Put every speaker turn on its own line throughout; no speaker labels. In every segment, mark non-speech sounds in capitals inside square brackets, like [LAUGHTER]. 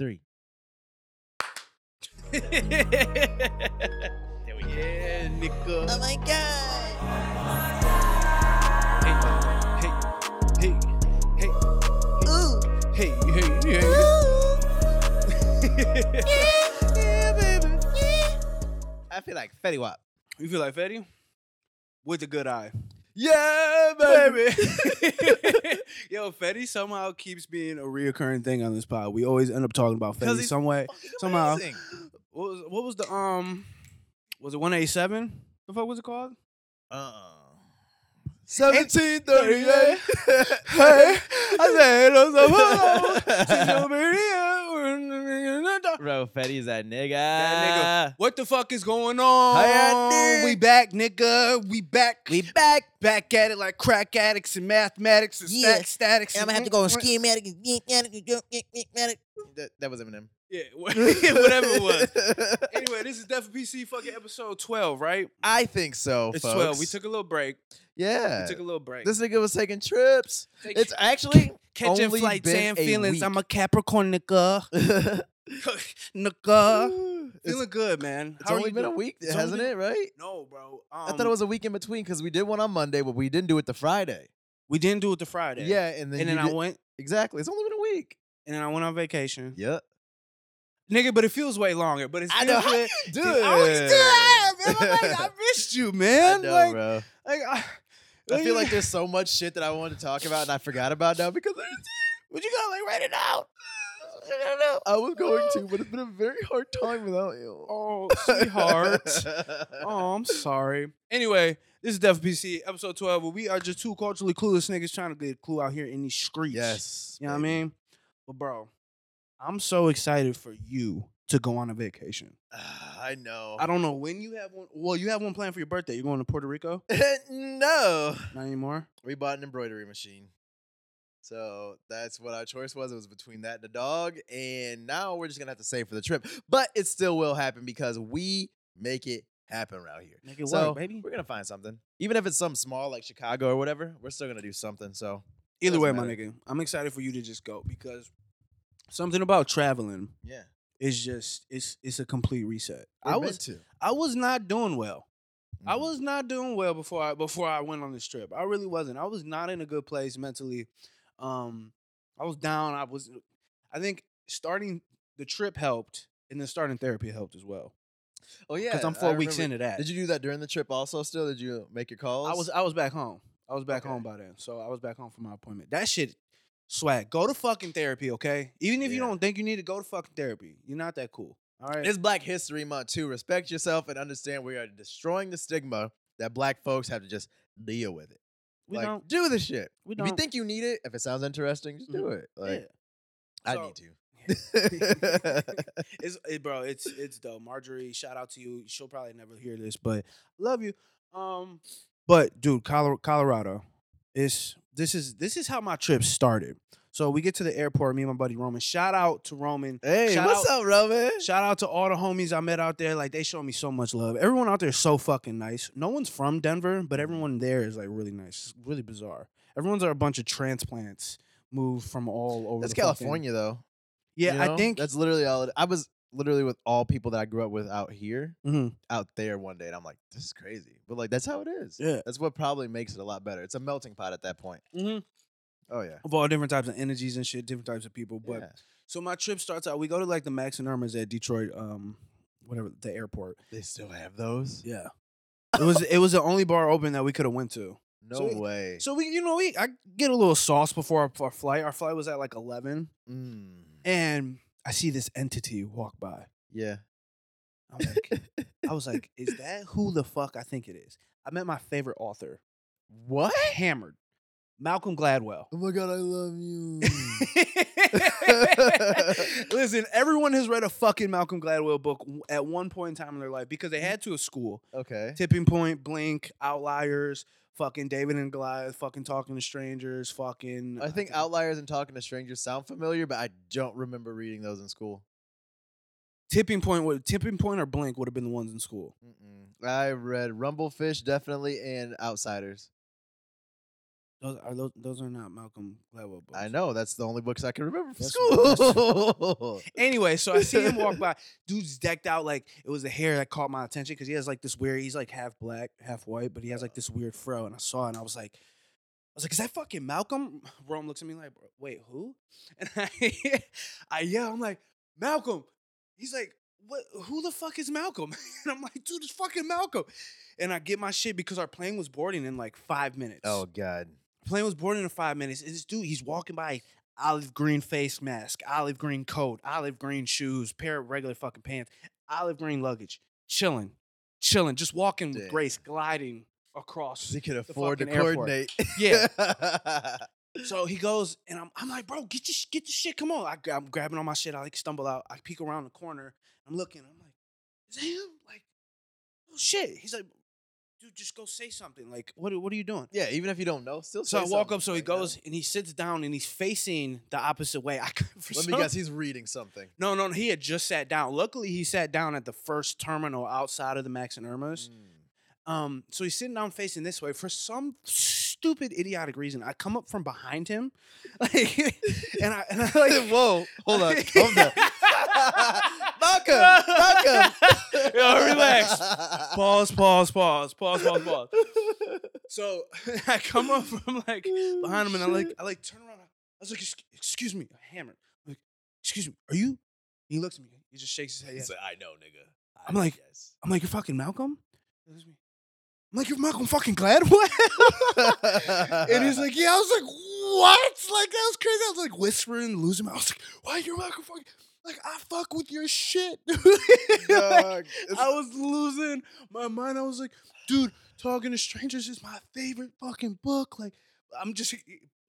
three.
there we go. Yeah, nigga.
Oh my god.
Hey, hey,
Ooh.
hey, hey, hey, hey. [LAUGHS] yeah, baby.
I feel like Fetty Wap.
You feel like Fetty? With a good eye. Yeah, baby. [LAUGHS] Yo, Fetty somehow keeps being a reoccurring thing on this pod. We always end up talking about
'Cause
Fetty
he's
some way.
Fucking
Somehow.
amazing.
What was, what was the um? Was it one eighty seven? The fuck was it called?
Uh-uh.
[LAUGHS] 1738. [LAUGHS] hey, I said, "Hello, hello,
[LAUGHS]
hello, hello."
Bro, Fetty's that nigga.
That
That
[LAUGHS] What the fuck is going on?
Hi, Andy.
we back, nigga. We back.
We back.
back at it like crack addicts and mathematics
[LAUGHS]
and
Yeah.
stat- statics.
I'm gonna have to go on schematic. schematic.
That, that was Eminem.
Yeah, wha- [LAUGHS] whatever
[LAUGHS]
it was. Anyway, this is Def PC fucking episode 12, right?
I think so.
It's
folks.
12. We took a little break.
Yeah.
We took a little break.
this nigga was taking trips.
Take-
It's
[LAUGHS]
actually
catching
only
flights
been
and
a
feelings.
week.
I'm a Capricorn nigga.
[LAUGHS]
[LAUGHS] nigga.
uh, it's,
Feeling good, man.
it's
How are
only
you
been a
doing?
week,
It's only
hasn't
been-
it? Right?
No, bro.
I thought it
Um,
was a week in between because we did one on Monday, but we didn't do it the Friday.
We didn't do it the Friday.
Yeah, and then
And then
you
I
did-
went.
exactly. It's only been a week.
And then I went on vacation.
Yep.
Nigga, but it feels way longer. But it's
I know how you do it.
I always do that, man. I'm like, I
[LAUGHS]
missed you, man.
I know,
like,
bro.
like, I,
I feel
[LAUGHS]
like there's so much shit that I wanted to talk about and I forgot about now because there's-
Would you gotta like write it out?
[LAUGHS] I was going to, but it's been a very hard time without you.
Oh,
[LAUGHS]
[LAUGHS] sweetheart. oh, I'm sorry. Anyway, this is Def PC, episode 12, where we are just two culturally clueless niggas trying to get a clue out here in these streets.
Yes.
You know what I
baby.
mean? But bro, I'm so excited for you to go on a vacation.
Ah, I know.
I don't know when you have one. Well, you have one planned for your birthday. You're going to Puerto Rico?
[LAUGHS] no.
Not anymore.
We bought an embroidery machine. So that's what our choice was. It was between that and a dog. And now we're just going to have to save for the trip. But it still will happen because we make it happen around here.
Make it
so
work, baby.
we're going to find something. Even if it's something small like Chicago or whatever, we're still going to do something. So,
Either
doesn't
way, my
matter.
nigga, I'm excited for you to just go because something about traveling
yeah.
is just it's it's a complete reset.
we're
I
meant
was
to.
I was not doing well. I
Mhm.
was not doing well before I before I went on this trip. I really wasn't. I was not in a good place mentally. Um, I was down. I was. I think starting the trip helped, and then starting therapy helped as well.
Oh, yeah.
Because I'm four weeks into that.
Did you do that during the trip also still? Did you make your calls?
I was I was back home. I was back
Okay.
home by then. So I was back home for my appointment. That shit swag. Go to fucking therapy, okay? Even if you
Yeah.
don't think you need to go to fucking therapy. You're not that cool. All right.
It's Black History Month too. Respect yourself and understand we are destroying the stigma that black folks have to just deal with it.
we
like,
don't
do the shit.
we
If
don't Mm-hmm.
you think you need it, if it sounds interesting, just do it. Like
yeah.
I
So-
need to.
[LAUGHS]
[LAUGHS]
it's it, bro, it's it's dope. Marjorie, shout out to you. She'll probably never hear this, but love you. Um but dude, Colo- Colorado is this is this is how my trip started. So we get to the airport, me and my buddy Roman. Shout out to Roman.
hey,
Shout
what's up, Roman?
Shout out to all the homies I met out there. Like they show me so much love. Everyone out there is so fucking nice. No one's from Denver, but everyone there is like really nice. It's really bizarre. Everyone's are a bunch of transplants moved from all over.
That's
the fucking-
California though.
yeah,
you
I
know?
think
that's literally all. It, I was literally with all people that I grew up with out here,
Mhm.
out there one day, and I'm like, this is crazy. But like, that's how it is.
Yeah.
that's what probably makes it a lot better. It's a melting pot at that point.
Mhm.
Oh yeah,
of all different types of energies and shit, different types of people. But
yeah.
so my trip starts out. We go to like the Max and Irma's at Detroit, um, whatever the airport.
They still have those.
Yeah, it was it was the only bar open that we could have went to.
No
So it-
way.
So we, you know, we I get a little sauce before our, our flight. Our flight was at like eleven.
Mm,
and I see this entity walk by.
[LAUGHS] yeah.
I'm like,
Oh
I was like, is that who the fuck I think it is? I met my favorite author. What? Hammered. Malcolm Gladwell.
Oh my god, I love [LAUGHS] you.
Mm. Listen, everyone has read a fucking Malcolm Gladwell book w- at one point in time in their life because
Mm.
they had to at school.
okay.
Tipping Point, Blink, Outliers, fucking David and Goliath, fucking Talking to Strangers, fucking. uh,
I think outliers and talking to strangers sound familiar, but I don't remember reading those in school.
Tipping Point would Tipping Point or Blink would have been the ones in school.
Mm-mm. I read Rumblefish definitely and Outsiders.
Those are those, those are not Malcolm Gladwell books.
I know that's the only books I can remember from
That's-
school. [LAUGHS]
Anyway, so I see him walk by. Dude's decked out like it was the hair that caught my attention because he has like this weird. He's like half black, half white, but he has like this weird fro. And I saw it and I was like, I was like, is that fucking Malcolm? [SIGHS] Rome looks at me like, "Bro, wait, who? [LAUGHS] And I, [LAUGHS] I yell, I'm like, Malcolm. He's like, what? Who the fuck is Malcolm? [LAUGHS] And I'm like, dude, it's fucking Malcolm. And I get my shit because our plane was boarding in like five minutes
oh God.
plane was boarding in five minutes. And this dude, he's walking by olive green face mask, olive green coat, olive green shoes, pair of regular fucking pants, olive green luggage, chilling, chilling, just walking with
Damn.
grace, gliding
[LAUGHS]
across.
He could afford to
fucking airport.
coordinate. [LAUGHS]
Yeah. So he goes, and I'm, I'm like, bro, get your, sh- get your shit. Come on. I, gra- I'm grabbing all my shit. I like stumble out. I peek around the corner. I'm looking. I'm like, is that him? Like, oh shit. He's like, dude, just go say something. Like, what, are- what are you doing?
yeah, even if you don't know, still.
So I
say
walk
something.
up, so he
Like, uh,
goes and he sits down and he's facing the opposite way. [LAUGHS] I couldn't- for
Let me
some-
guess. He's reading something.
No, no, he had just sat down. Luckily, he sat down at the first terminal outside of the Max and Irma's.
Mm.
Um, so he's sitting down facing this way. For some stupid idiotic reason, I come up from behind him, [LAUGHS] like, and I and I
[LAUGHS]
like.
Whoa! Hold
[LAUGHS]
on. Calm down. [LAUGHS] Malcolm. Malcolm.
[LAUGHS] Yo,
[LAUGHS]
relax. Pause, pause, pause, pause, pause, pause. So [LAUGHS] I come up from like behind him, and I like I like turn around. I was like, "Exc- "Excuse me," I hammer. I'm like, "Excuse me, are you?" He looks at me. He just shakes his head. yes.
I know, nigga.
I'm like-
yes.
I'm like, "You're fucking Malcolm." He looks at me. I'm like, "You're Malcolm fucking Gladwell."
[LAUGHS]
[LAUGHS] and he's like, "Yeah." I was like, "What?" Like that was crazy. I was like whispering, losing my. I was like, "Why you're Malcolm fucking?" Like I fuck with your shit. [LAUGHS] dude." Like,
[LAUGHS] Dog, it's-
I was losing my mind. I was like, dude, Talking to Strangers is my favorite fucking book. Like, I'm just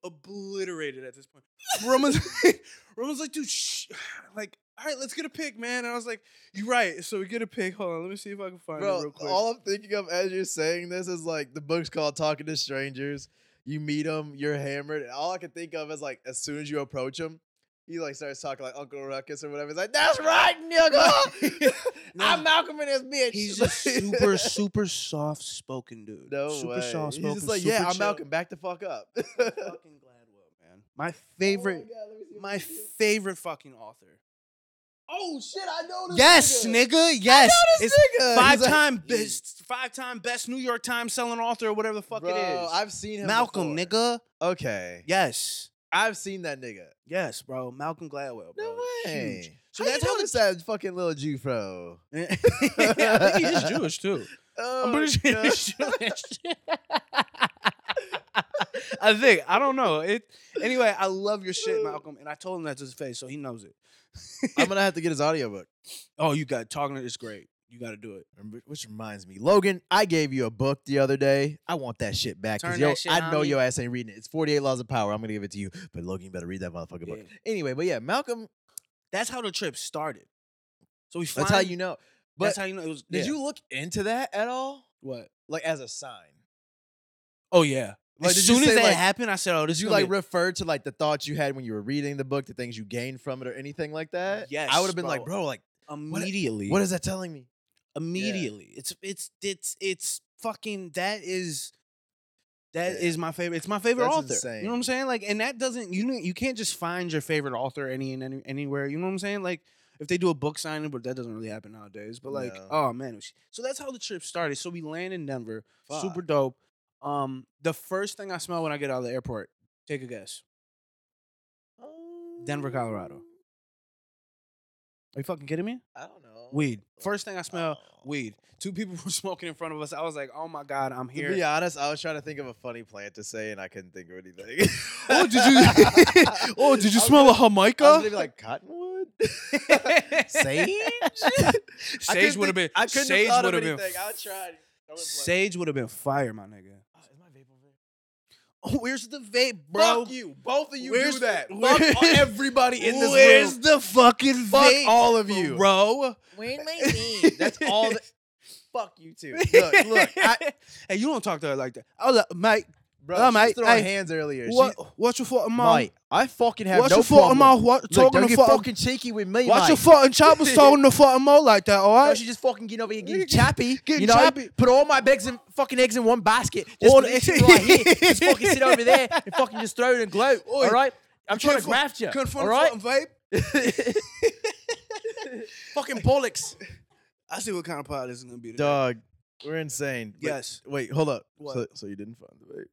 obliterated at this point. Roman's, [LAUGHS] Roman's like, dude, shh. Like, all right, let's get a pick, man. And I was like, you're right. So we get a pick. Hold on, let me see if I can find it real
Bro,
quick.
all I'm thinking of as you're saying this is like the book's called Talking to Strangers. You meet him, you're hammered. And all I can think of is like as soon as you approach him, he like starts talking like Uncle Ruckus or whatever. He's like, "That's right, [LAUGHS] nigga. I'm Malcolm in this bitch."
[LAUGHS]
[LAUGHS]
He's a super, super soft spoken dude.
no
super
way.
soft spoken.
He's just like,
super
"Yeah, I'm
chill.
Malcolm. [LAUGHS] Back the fuck up."
Fucking Gladwell, man. My favorite, my favorite fucking author.
oh shit, I know this.
Yes,
nigga.
nigga. Yes,
This
it's
nigga.
five
Uh, He's like,
time best, five time best New York Times selling author or whatever the fuck
Bro,
it is.
I've seen him.
Malcolm,
before.
nigga.
Okay,
Yes,
I've seen that nigga.
yes, bro. Malcolm Gladwell, bro.
No way.
Huge. So
How you
that's how
notice that fucking little Jew fro. [LAUGHS]
the. yeah, [LAUGHS] I think he's Jewish too.
Oh,
I'm pretty sure
God. [LAUGHS]
he's Jewish. [LAUGHS] I think I don't know it. Anyway, I love
[LAUGHS]
your shit, Malcolm, and I told him that to his face, so he knows it.
I'm gonna have to get his audiobook.
Oh, you got talking. It's great. You got to do it.
Rem- Which reminds me, Logan, I gave you a book the other day. I want that shit back because
Turn
yo,
that shit
I know
on me.
your ass ain't reading it. It's 48 Laws of Power. I'm gonna give it to you, but Logan, you better read that motherfucking book.
Yeah.
Anyway, but yeah, Malcolm,
That's how the trip started. So we.
that's how
flying-
you know.
that's
But
how you know it was.
did
yeah.
you look into that at all?
What?
Like as a sign?
Oh yeah.
Like,
as
did you
soon as
say,
that
like-
happened, I said, "Oh, this
Did you
gonna
like
be-
refer to like the thoughts you had when you were reading the book, the things you gained from it, or anything like that? I
Yes,
would have been like,
bro.
bro, like what-
immediately.
what is that telling me?
immediately? It's it's it's it's fucking that is that is
Yeah.
my favorite. It's my favorite
That's
author. You know what I'm
insane.
saying? Like, and that doesn't you know you can't just find your favorite author any and any, anywhere. You know what I'm saying? Like. If they do a book signing, but that doesn't really happen nowadays. But like,
No.
oh man, it was- so that's how the trip started. So we land in Denver, super
Fuck.
dope. Um, the first thing I smell when I get out of the airport, take a guess. Denver,
Um,
Colorado. Are you fucking kidding me?
I don't know.
Weed. First thing I smell,
Oh.
weed. Two people [LAUGHS] were smoking in front of us. I was like, oh my God, I'm
To be
[LAUGHS] here.
honest, I was trying to think of a funny plant to say, and I couldn't think of anything. [LAUGHS]
Oh, did you [LAUGHS] Oh, did you smell
a
a
I was gonna
Jamaica?
be like cottonwood.
[LAUGHS] Sage?
[LAUGHS] I couldn't
Sage would have been
think- I couldn't
Sage
have thought
would
of
have been
anything. I tried. I went blank.
Sage would have been fire, my nigga.
Oh, is my vapor vape?
Oh, [LAUGHS] where's the vape,
Bro, fuck you. Both of you
where's-
do that.
where- [LAUGHS]
Fuck everybody in this
Where's
room.
the fucking
Fuck
vape?
all of you.
Bro.
Where's
[LAUGHS]
my name?
[LAUGHS] That's all. [LAUGHS] That, fuck you too. Look, look. I,
[LAUGHS] hey, you don't talk to her like that. I was like, Oh, Mike,
Bro,
Nah,
she was
mate,
throwing
hey,
hands earlier. She-
What? What's your fucking mouth?
Mate, I fucking have
What's
no
your fucking
problem.
mouth? What
Look,
talking
don't
the
get
fucking?
fucking cheeky with me,
What's
mate.
your fucking choppers talking [LAUGHS] the fucking mouth like that? All right.
Yo, she's just fucking getting over here
[LAUGHS]
getting
Nigga,
chappy.
getting
you know,
chappy.
put all my eggs and fucking eggs in one basket. Just,
All
all
the- [LAUGHS]
right here. just fucking sit over there and fucking just throw it and gloat.
[LAUGHS] Oi,
all right, I'm trying to
Couldn't
graft
fu-
you.
couldn't
All
fucking
right,
fucking vape. [LAUGHS]
fucking bollocks,
I see what kind of pod this is gonna be.
[LAUGHS]
today.
dog. We're insane. But- [LAUGHS]
Yes.
Wait, hold up.
What?
So, so you didn't find the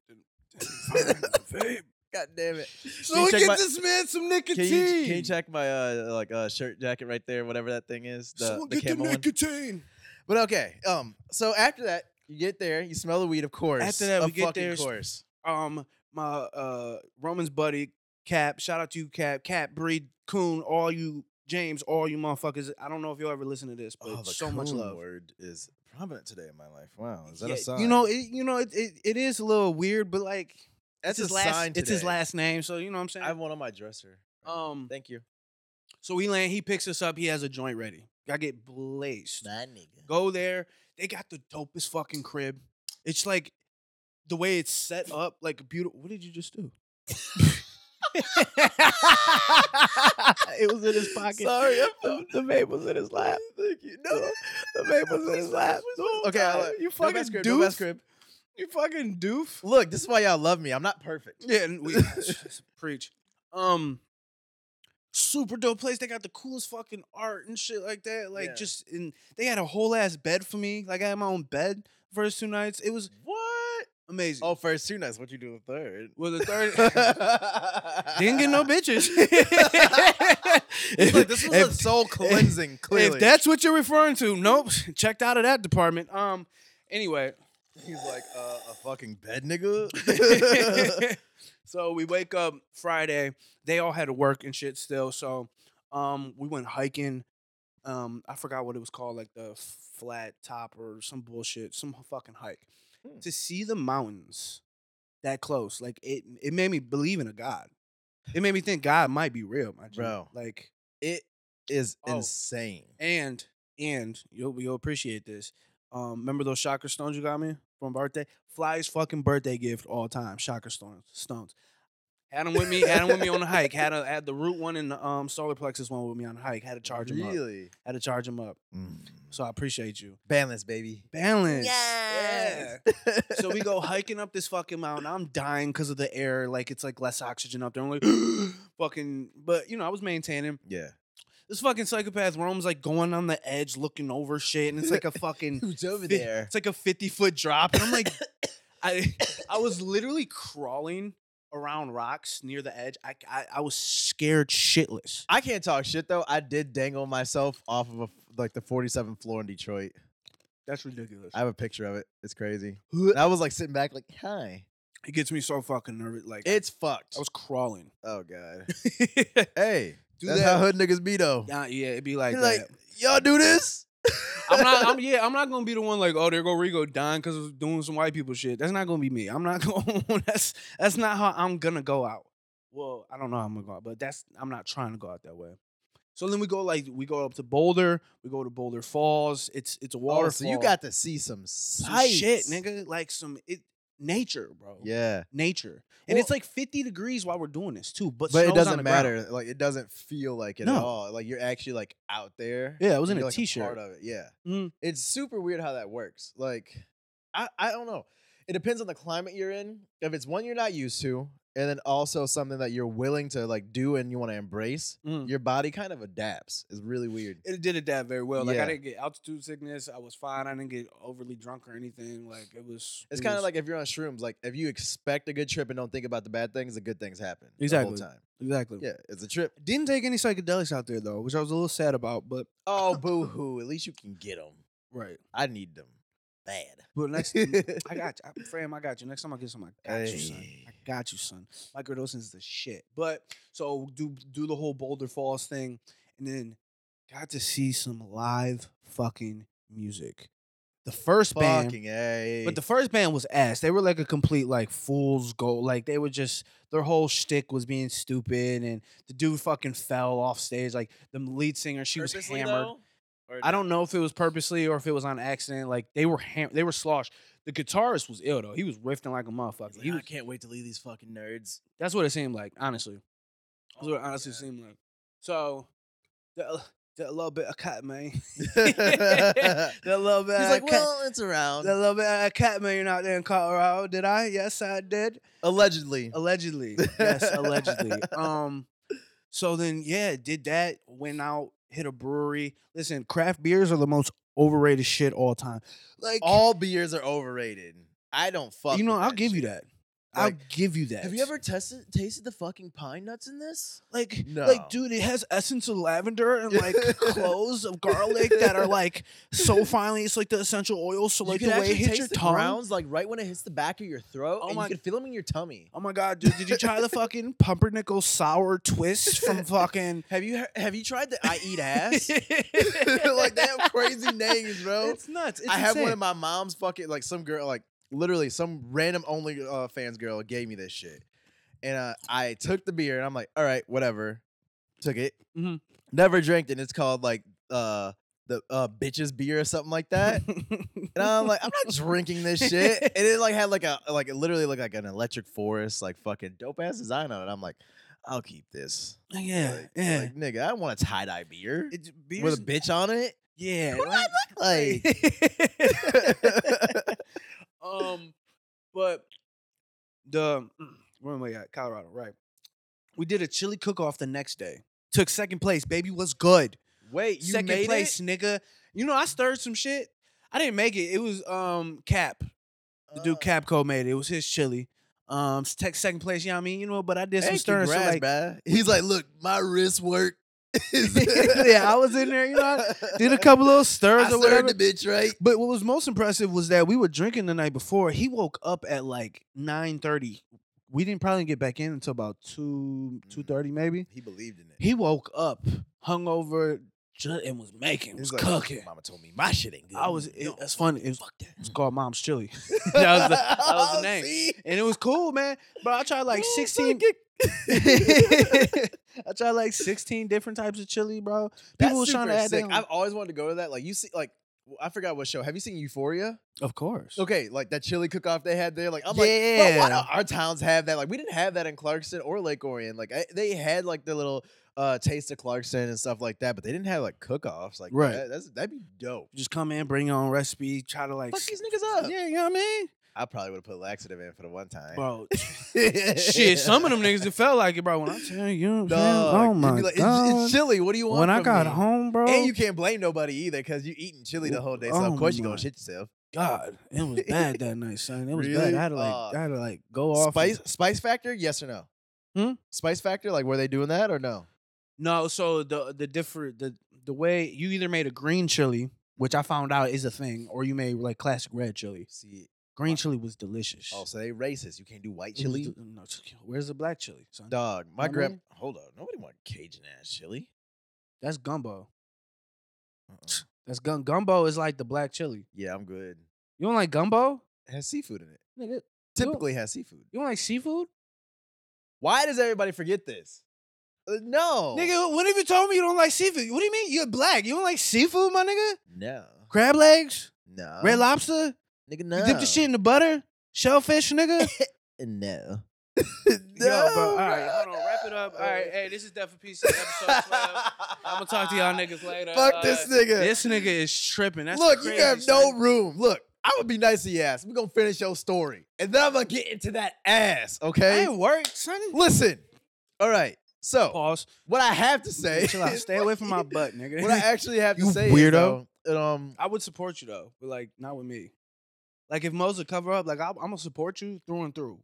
vape?
vape.
God damn it!
So we
check
get
my-
this man some
Can
nicotine.
you, can you check my uh like uh shirt jacket right there, whatever that thing is, the,
Someone
the
get
camo
the
one.
nicotine.
But okay, um, so after that, you get there, you smell the weed, of course.
After that,
of
we get
fucking
there,
course.
um my uh Roman's buddy Cap, shout out to you, Cap, Cap, Breed, Coon, all you James, all you motherfuckers. I don't know if you'll ever listen to this, but Oh, so much love.
Oh, word is prominent today in my life. Wow,
Yeah, You know, it, you know, it, it, it is a little weird, but like
that's
it's his
a
last
sign
it's his
today.
last name, so you know what I'm saying.
I have one on my dresser.
um
Thank you.
so Elan, he picks us up, he has a joint ready. I get blazed.
My nigga.
Go there. They got the dopest fucking crib. It's like the way it's set up, like beautiful. What did you just do? [LAUGHS] it was
[LAUGHS]
in his pocket.
Sorry, I
the, the vape was in his lap.
[LAUGHS] Thank you.
No, [LAUGHS] the vape was in his lap.
Okay, I-
you
no
fucking
best crib,
doof.
no best crib.
You fucking doof.
Look, this is why y'all love me. I'm not perfect.
Yeah, and we [LAUGHS] preach. Um, super dope place. They got the coolest fucking art and shit like that. Like
Yeah.
just in, they had a whole ass bed for me. Like I had my own bed first two nights. It was
What?
amazing.
Oh, first two nights. What you do the third?
Well, the third [LAUGHS]
[LAUGHS] Didn't
didn't
[LAUGHS]
get no bitches.
Look, [LAUGHS]
[LAUGHS]
this was a soul cleansing. Clearly,
if [LAUGHS] that's what you're referring to, nope. [LAUGHS] Checked out of that department. Um, anyway. [LAUGHS]
he's like uh, a fucking bed [LAUGHS] nigga.
so we wake up Friday. They all had to work and shit still. So um, we went hiking. Um, I forgot what it was called, like the flat top or some bullshit, some fucking hike
Hmm.
to see the mountains that close. Like it, it made me believe in a god. It made me think God might be real, my G.
Bro.
Like
it is
Oh.
insane.
and and you'll you'll appreciate this. Um, remember those shocker stones you got me from birthday? Flyest fucking birthday gift all time. Shocker stones, stones. Had them with me. Had them with me on the hike. Had a, had the root one and the um solar plexus one with me on the hike. Had to charge them up.
really.
Had to charge them up.
Mm.
So I appreciate you.
Balance, baby.
Balance.
Yes.
Yeah. so we go hiking up this fucking mountain. I'm dying because of the air. Like it's like less oxygen up there. I'm like [GASPS] fucking. But you know I was maintaining
yeah.
this fucking psychopath roams like going on the edge looking over shit and
[LAUGHS]
it's like a fucking
Who's over
fi- it's like a 50 foot drop and
[LAUGHS]
i'm like i i was literally crawling around rocks near the edge i i, I was scared shitless
I can't talk shit though. I did dangle myself off of a, like the 47th floor in Detroit.
that's ridiculous
I have a picture of it. It's crazy. And I was like sitting back, like, hi.
it gets me so fucking nervous like
It's fucked.
i
[LAUGHS]
was crawling
oh god.
do
Hey, that's how hood niggas be though.
yeah, yeah it'd be like,
You're like,
that.
y'all do this?
I'm not. I'm, yeah, I'm not gonna be the one like, oh, there go Rigo dying because of doing some white people shit. That's not gonna be me. I'm not [LAUGHS] going. that's that's not how I'm gonna go out. Well, I don't know how I'm gonna go out, but that's I'm not trying to go out that way. So then we go like we go up to Boulder. We go to Boulder Falls. It's it's a waterfall.
Oh, so you got to see some
some
sights.
shit, nigga. Like some it nature, bro.
Yeah.
nature. And it's
Well-
like 50 degrees while we're doing this too.
But
But, snow's
it
on
doesn't
the ground.
matter. Like it doesn't feel like it
No.
at all. Like you're actually like out there.
Yeah, I was
and
in
you're,
a
like,
t-shirt.
Part of it, yeah.
Mm.
It's super weird how that works. Like, I I don't know. It depends on the climate you're in. If it's one you're not used to, and then also something that you're willing to like do and you want to embrace,
Mm.
your body kind of adapts. It's really weird.
it did it that very well. Like I
Yeah.
didn't get altitude sickness. I was fine. I didn't get overly drunk or anything. Like it was.
It's
it
kind of
was-
like if you're on shrooms. Like if you expect a good trip and don't think about the bad things, the good things happen
Exactly.
the whole time.
exactly.
Yeah, it's a trip.
Didn't take any psychedelics out there though, which I was a little sad about. But
[LAUGHS] Oh boo hoo! At least you can get them.
right.
I need them bad. [LAUGHS]
But [LAUGHS] next, I got you, I, fam. I got you. Next time I get some, I got you, son.
Ayy.
I got you, son. Microdosing is the shit. But so do do the whole Boulder Falls thing, and then got to see some live fucking music. The first band
Fucking a.
But the first band was ass. They were like a complete like fool's gold. Like they were just their whole shtick was being stupid, and the dude fucking fell off stage. Like the lead singer, she was hammered. I don't know if it was purposely or if it was on accident. Like they were ham- they were sloshed. The guitarist was ill though. He was riffing like a motherfucker.
He's
he
like, I
was,
can't wait to leave these fucking [LAUGHS] nerds.
that's what it seemed like, honestly. That's
Oh
what it
my
honestly
God.
seemed like. So that, that little bit of cat man. [LAUGHS] that
He's
little bit of
like,
cat-
well, it's around.
that little bit of cat man out there in Colorado, did I? Yes, I did.
Allegedly.
Allegedly. Yes,
[LAUGHS]
allegedly. Um so then yeah, did that, went out, hit a brewery. Listen, craft beers are the most overrated shit all time. Like
All beers are overrated. I don't fuck.
you know,
with
I'll give you
shit.
that. I'll
Like,
give you that.
Have you ever tested tasted the fucking pine nuts in this?
like
No.
like dude, it has essence of lavender
[LAUGHS]
and like cloves of garlic that are like so finely it's like the essential oil. So
You
like
could
the way
actually
it hits
taste
your
the
tongue.
grounds, like right when it hits the back of your throat,
Oh
and
my-
you can feel them in your tummy.
Oh my god, dude! Did you try the fucking pumpernickel sour twist
[LAUGHS]
from fucking?
Have you he- have you tried the I [LAUGHS] eat ass? [LAUGHS] like they have crazy names, bro.
It's nuts. It's
I have one
insane.
of my mom's fucking like some girl like literally some random only uh, fans girl gave me this shit, and uh, I took the beer and I'm like, all right, whatever. Took it,
Mhm.
never drank it. And it's called like uh the uh bitches beer or something like that. and
[LAUGHS]
I'm like, I'm not drinking this shit. And it like had like a like it literally looked like an electric forest like fucking dope ass design on it. I'm like, I'll keep this.
yeah,
Like,
yeah.
like, nigga, I don't want a tie dye beer
It's
with
beers-
a bitch on it.
[LAUGHS] Yeah.
What do I
like-
look
[LAUGHS]
like?
um, but the [CLEARS THROAT] where am I at? Colorado, right? We did a chili cook-off the next day. Took second place, baby. Was good.
Wait, you
second
made
place,
it?
nigga. You know I stirred some shit. I didn't make it. It was um Cap. The dude Capco made it. It was his chili. Um, s- tech second place. You know what I mean? You know, but I did some
Hey,
stirring. So
congrats,
like,
bruh. He's like, look, my wrist
[LAUGHS]
work.
yeah, I was in there. You know, I did a couple little stirs
[LAUGHS] I
or
served
whatever.
the bitch right.
But what was most impressive was that we were drinking the night before. He woke up at like nine thirty. We didn't probably get back in until about two two
Mm.
thirty maybe.
He believed in it.
He woke up hungover ju- and was making, was
like,
cooking.
Mama told me my Mm. shit ain't good. [LAUGHS]
I was. [LAUGHS] It, that's funny. It was like that. It's called Mom's Chili,
that
was the- that was
Oh,
the name. and it was cool, man. But I tried
Mmm,
like sixteen. [LAUGHS] I tried like 16 different types of chili, bro. People
People
was trying to add
sick.
that.
I've always wanted to go to that. Like you see, like w- I forgot what show. Have you seen Euphoria?
Of course.
Okay, like that chili cook off they had there. Like I'm like, bro, why
Yeah.
don't our towns have that? Like we didn't have that in Clarkson or Lake Orion. Like I, they had like the little uh taste of Clarkson and stuff like that, but they didn't have like cook offs. Like
Right.
that, that's that'd be dope.
Just come in, bring your own recipe, try to like.
Fuck these [LAUGHS] niggas up.
Yeah, you know what I mean?
I probably would have put laxative in for the one time.
Bro,
[LAUGHS]
shit, some of them niggas, it felt like it, bro. When I tell you, you know what I'm saying?
Dog,
Oh
you'd be
my
like,
God.
It's, it's chili. What do you want?
when I
from
got
me?"
home, bro,
And you can't blame nobody either because you eating chili the whole day. So
Oh
of course you
my
gonna shit yourself.
God,
[LAUGHS]
it was bad that night, son. It was bad.
Really?
I had to like,
Uh,
I had to like go off. and-
Spice Spice Factor, yes or no?
Hmm?
Spice Factor, like were they doing that or no?
No, so the the different the the way you either made a green chili, which I found out is a thing, or you made like classic red chili.
See,
Green chili was delicious.
oh, so they racist. You can't do white
It was
chili.
del- no, t- where's the black chili, son?
Dog, my
Know what I
grandma.
mean?
Hold on, nobody want Cajun ass chili.
That's gumbo.
[SNIFFS] Uh-uh.
That's gun gumbo is like the black chili.
Yeah, I'm good.
You don't like gumbo?
It has seafood in it.
Nigga,
Typically has seafood.
you don't like seafood?
Why does everybody forget this? Uh, no,
Nigga, what have you told me you don't like seafood? What do you mean you're black? You don't like seafood, my nigga?
no,
Crab legs,
no,
red lobster,
nigga,
You
Uh, no. Uh,
dip the shit in the butter, shellfish, nigga.
[LAUGHS] No.
Yo, bro. All right, hold on. Wrap
[LAUGHS]
it up. All right. Hey, this is Death for Peace, episode 12. I'm going to talk
[LAUGHS]
to y'all niggas later.
Fuck
Uh,
this nigga.
This nigga is tripping. That's
Look,
crazy,
you have no
son.
room. Look, I'm gonna be nice to your ass. We're gonna finish your story. And then I'm gonna get into that ass,
I
okay?
ain't worried, son.
Listen. All right. So
Pause.
what I have to say
Chill out. Stay away
[LAUGHS]
from my butt, nigga.
what I actually have to
You
say
weirdo.
is though, it, um
[LAUGHS] I would support you though, but like not with me. Like if Mo's a cover up, like I, I'm gonna support you through and through.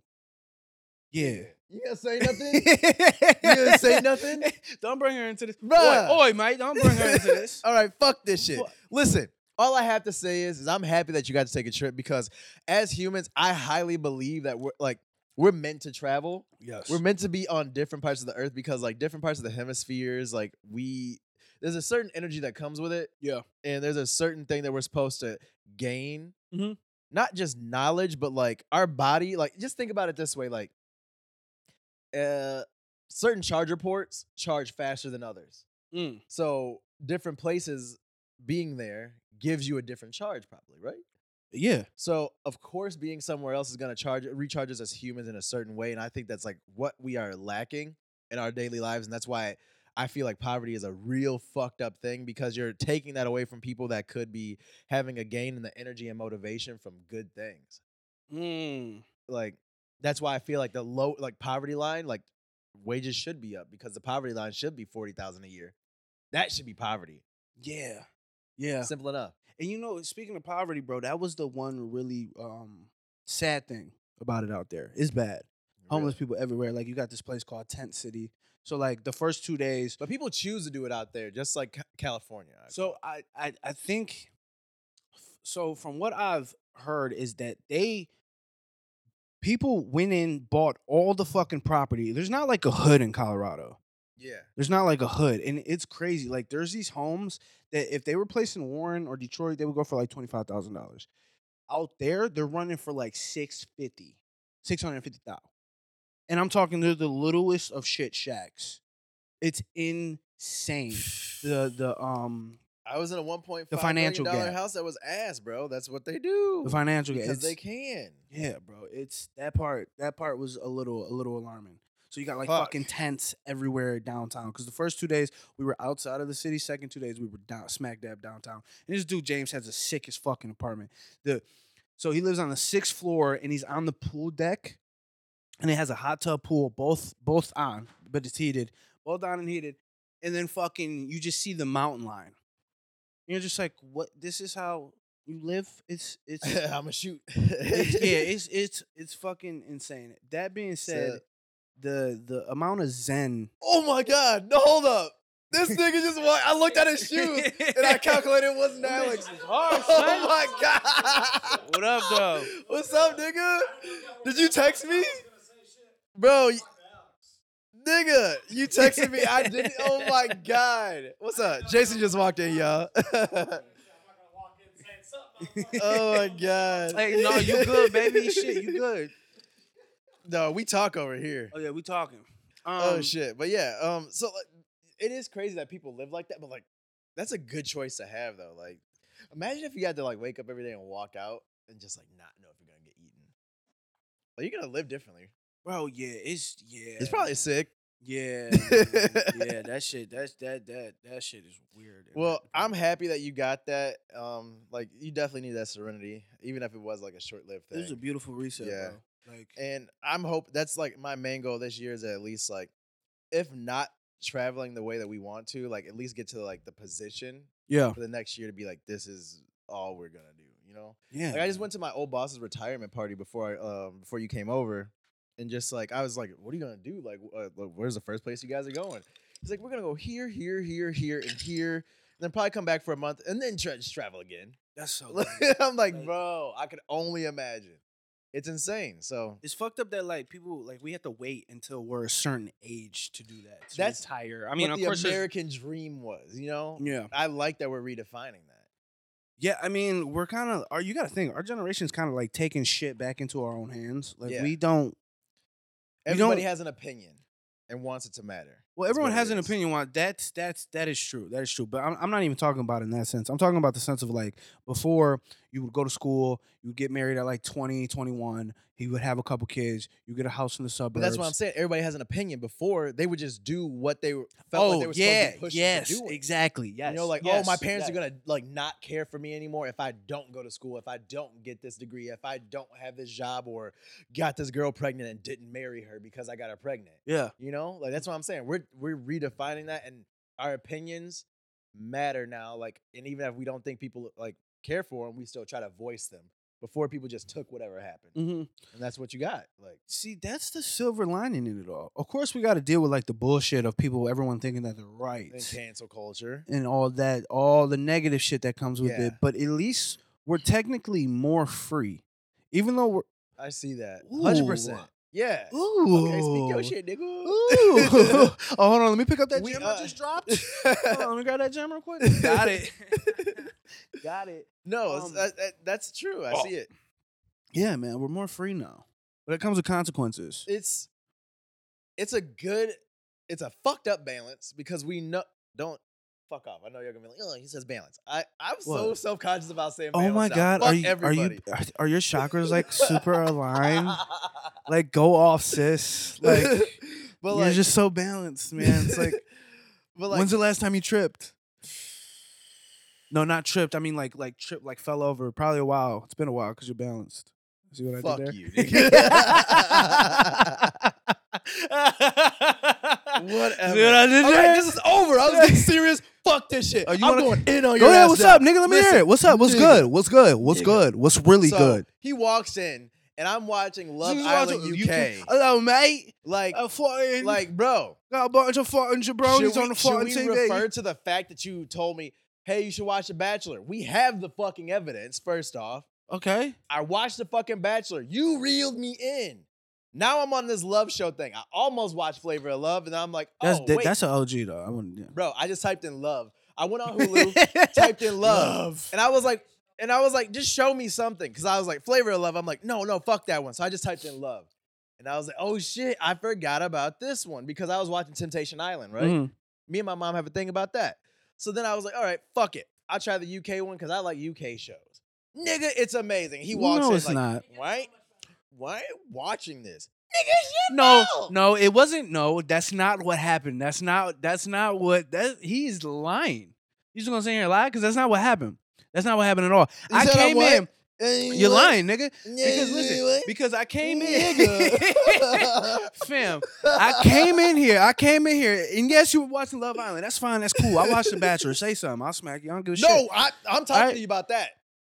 Yeah.
you gonna say
[LAUGHS] you
nothing? you gonna say nothing?
Don't bring her into this.
Bruh.
Oi, oi, mate, don't bring her into [LAUGHS] this.
[LAUGHS] All right, fuck this shit.
Fuck.
Listen, all I have to say is, is I'm happy that you got to take a trip because as humans, I highly believe that we're like we're meant to travel.
Yes.
We're meant to be on different parts of the earth because like different parts of the hemispheres, like we there's a certain energy that comes with it.
Yeah.
And there's a certain thing that we're supposed to gain.
Mhm.
Not just knowledge, but like our body, like just think about it this way, like uh certain charger ports charge faster than others.
Mm.
So different places being there gives you a different charge, probably, right?
Yeah.
So of course, being somewhere else is gonna charge recharges us humans in a certain way, and I think that's like what we are lacking in our daily lives, and that's why I feel like poverty is a real fucked up thing because you're taking that away from people that could be having a gain in the energy and motivation from good things.
Mm.
Like that's why I feel like the low like poverty line like wages should be up because the poverty line should be forty thousand a year. That should be poverty.
Yeah. Yeah.
Simple enough.
And you know, speaking of poverty, bro, that was the one really um sad thing about it out there. It's bad. Homeless
Really.
people everywhere. Like you got this place called Tent City. So like the first two days.
But people choose to do it out there, just like Ca- California. I
So I I, I think so from what I've heard is that they people went in, bought all the fucking property. There's not like a hood in Colorado.
yeah.
There's not like a hood, and it's crazy. Like there's these homes that if they were placed in Warren or Detroit, they would go for like twenty five thousand dollars. Out there, they're running for like six fifty, six hundred fifty thousand. And I'm talking to the littlest of shit shacks. It's insane. The the um
I was in a one point
The
five million
financial
dollar
gap.
house that was ass, bro. That's what they do.
the financial
because
it's,
they can.
yeah, bro. It's that part. That part was a little a little alarming. So you got like
Fuck.
fucking tents everywhere downtown. Because the first two days we were outside of the city. Second two days we were down smack dab downtown. And this dude James has the sickest fucking apartment. The so he lives on the sixth floor and he's on the pool deck, and it has a hot tub pool both both on, but it's heated, both on and heated. And then fucking you just see the mountain line. You're just like, what? This is how you live. It's [LAUGHS] it's
[LAUGHS] I'ma shoot.
it's, yeah,
[LAUGHS]
it's it's it's fucking insane. That being said,
So-
the the amount of
[LAUGHS]
zen.
oh my god! No, hold up.
[LAUGHS]
This nigga just walked. I looked at his shoes and I calculated it wasn't
[LAUGHS]
Alex. [LAUGHS] Oh my god!
What up, though?
What's up, nigga? Did you text me, bro? y- Nigga, you texted me. I didn't. Oh my god! What's up? Jason just walked in, y'all. [LAUGHS] oh my god!
[LAUGHS] Hey, no, you good, baby?
[LAUGHS]
Shit, you good?
No, we talk over here.
Oh yeah, we talking. Um,
oh shit! But yeah, um, so like, it is crazy that people live like that, but like, that's a good choice to have though. Like, imagine if you had to like wake up every day and walk out and just like not know if you're gonna get eaten. Like, you're gonna live differently.
bro. Yeah, it's yeah.
It's probably
man.
sick.
Yeah,
[LAUGHS]
man, yeah. That shit. That's that that that shit is weird. and
Well,
that-
I'm happy that you got that. Um, like, you definitely need that serenity, even if it was like a short-lived
It
thing.
was a beautiful reset,
Yeah.
bro. Like,
and I'm hope that's like my main goal this year is at least like, if not traveling the way that we want to, like at least get to like the position
yeah,
for the next year to be like, this is all we're gonna do. You know,
yeah.
like I just went to my old boss's retirement party before I um before you came over, and just like I was like, what are you gonna do? Like, wh- uh, like, where's the first place you guys are going? He's like, we're gonna go here, here, here, here, and here, and then probably come back for a month and then tra- just travel again. [LAUGHS]
That's so.
Like,
good.
I'm like,
Oh, Like-
bro, I could only imagine. It's insane. So
It's fucked up that like people like we have to wait until we're a certain age to do that. To
That's
retire. I mean,
what
of
the
course, there's-
American dream was, you know.
yeah,
I like that we're redefining that.
yeah. I mean, we're kind of. Are you got to think our generation's kind of like taking shit back into our own hands. Like
Yeah.
we don't. You don't-
Everybody has an opinion and wants it to matter.
Well,
is
everyone
what it
has an
is.
opinion. On that's that's that is true. That is true. But I'm, I'm not even talking about it in that sense. I'm talking about the sense of like before you would go to school, you would get married at like 20, 21. He would have a couple kids. You get a house in the suburbs.
But that's what I'm saying. Everybody has an opinion. Before they would just do what they were- felt like they were supposed to be pushed to do.
Oh, exactly. Yes,
You know, like oh,
yes,
my parents
yes.
are gonna like not care for me anymore if I don't go to school, if I don't get this degree, if I don't have this job, or got this girl pregnant and didn't marry her because I got her pregnant.
Yeah,
You know, like that's what I'm saying. We're we're redefining that, and our opinions matter now. Like, and even if we don't think people like care for them, we still try to voice them. Before people just took whatever happened,
mm-hmm.
and that's what you got. Like,
See, that's the silver lining in it all. Of course, we got to deal with like the bullshit of people, everyone thinking that they're right
and cancel culture.
and all that, all the negative shit that comes with it.
Yeah.
But at least we're technically more free, even though we're.
I see that.
Ooh.
Hundred percent. Yeah.
Ooh.
Eh, Okay, speak your shit, [LAUGHS] nigga.
Ooh. [LAUGHS] oh, hold on. Let me pick up that
We,
gem I
uh, [LAUGHS]
just dropped. Hold on, let me grab that gem real quick. Got it. got it.
no, it's-
Um,
that, that- that's true. I
Oh.
see it.
[LAUGHS] Yeah, man, we're more free now. But it comes with consequences.
It's it's a good, it's a fucked up balance because we know don't Fuck off. I know you're gonna be like, oh, he says balance. I, I'm so
What?
self conscious about saying
Oh
balance.
my
now.
god,
Fuck
are you are you
everybody.
are- are your chakras
[LAUGHS]
like super aligned? Like go
[LAUGHS]
off, sis. Like
but
you're just so [LAUGHS] balanced, man. It's like,
[LAUGHS] but like
when's the last time you tripped? No, not tripped. I mean like like tripped, like fell over. Probably a while. It's been a while because you're balanced. See what I
fuck
did there?
you,
[LAUGHS]
nigga. Whatever.
See what I did
All
there?
right, this is over. I was
[LAUGHS]
getting serious. Fuck this shit.
Oh, you
I'm
wanna-
going in on
Go
your
ahead.
ass
What's
now.
up, nigga? Let me hear
Listen,
it. What's up? What's
nigga.
good? What's good? What's
Nigga.
good? What's really
So,
good?
He walks in, and I'm watching Love
Just
Island
watch- you
UK.
can- Hello, mate.
like,
A fucking like
like, bro,
got a bunch of fucking
should
jabronis
we,
on the
should
fucking
we
TV.
refer to the fact that you told me, hey, you should watch The Bachelor? We have the fucking evidence. First off,
Okay.
I watched The fucking Bachelor. You reeled me in. Now I'm on this love show thing. I almost watched Flavor of Love, and I'm like, oh
That's that-
wait,
that's an OG though. I wouldn't. Yeah.
bro, I just typed in love. I went on
[LAUGHS]
Hulu, typed in love. And I was like, and I was like, just show me something. Cause I was like, flavor of love. I'm like, no, no, fuck that one. So I just typed in love. And I was like, oh shit, I forgot about this one because I was watching Temptation Island, right?
Mhm.
Me and my mom have a thing about that. So then I was like, all right, fuck it. I'll try the UK one because I like UK shows. Nigga, it's amazing. He walks
no,
in
it's
like,
not.
why, why are you watching this?
No,
know.
no, it wasn't. No, that's not what happened. That's not. That's not what. That he's lying. You just gonna sit here and lie because that's not what happened. That's not what happened at all.
You
I
said I'm
came
what?
in. You're lying, nigga. Because listen,
[LAUGHS]
Oh, because I came in. [LAUGHS] Fam, I came in here. I came in here, and yes, you were watching Love Island. That's fine. That's cool. I watched The Bachelor. Say something. I'll smack you. I don't give a
No,
shit.
I, I'm talking
Alright.
to you about that.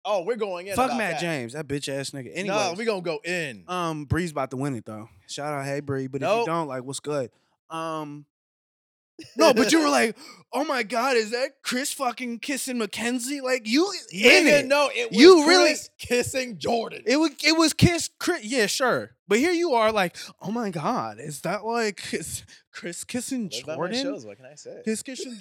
Oh, we're going in.
Fuck
about
Matt
that.
James, that bitch ass nigga. Anyway,
No, we gonna go in.
um, Bree's about to win it though. Shout out, hey Bree. But if you
Nope.
don't, like, what's good? Um,
[LAUGHS]
no, but you were like, oh my god, is that Chris fucking kissing Mackenzie? Like you in
Nigga,
it?
No, it was
You really-
Chris kissing Jordan.
It was it was Kiss Chris. Yeah, sure. But here you are, like, oh my god, is that like [LAUGHS] is Chris kissing
Live by my
Jordan?
shows, what can I say?
Chris kissing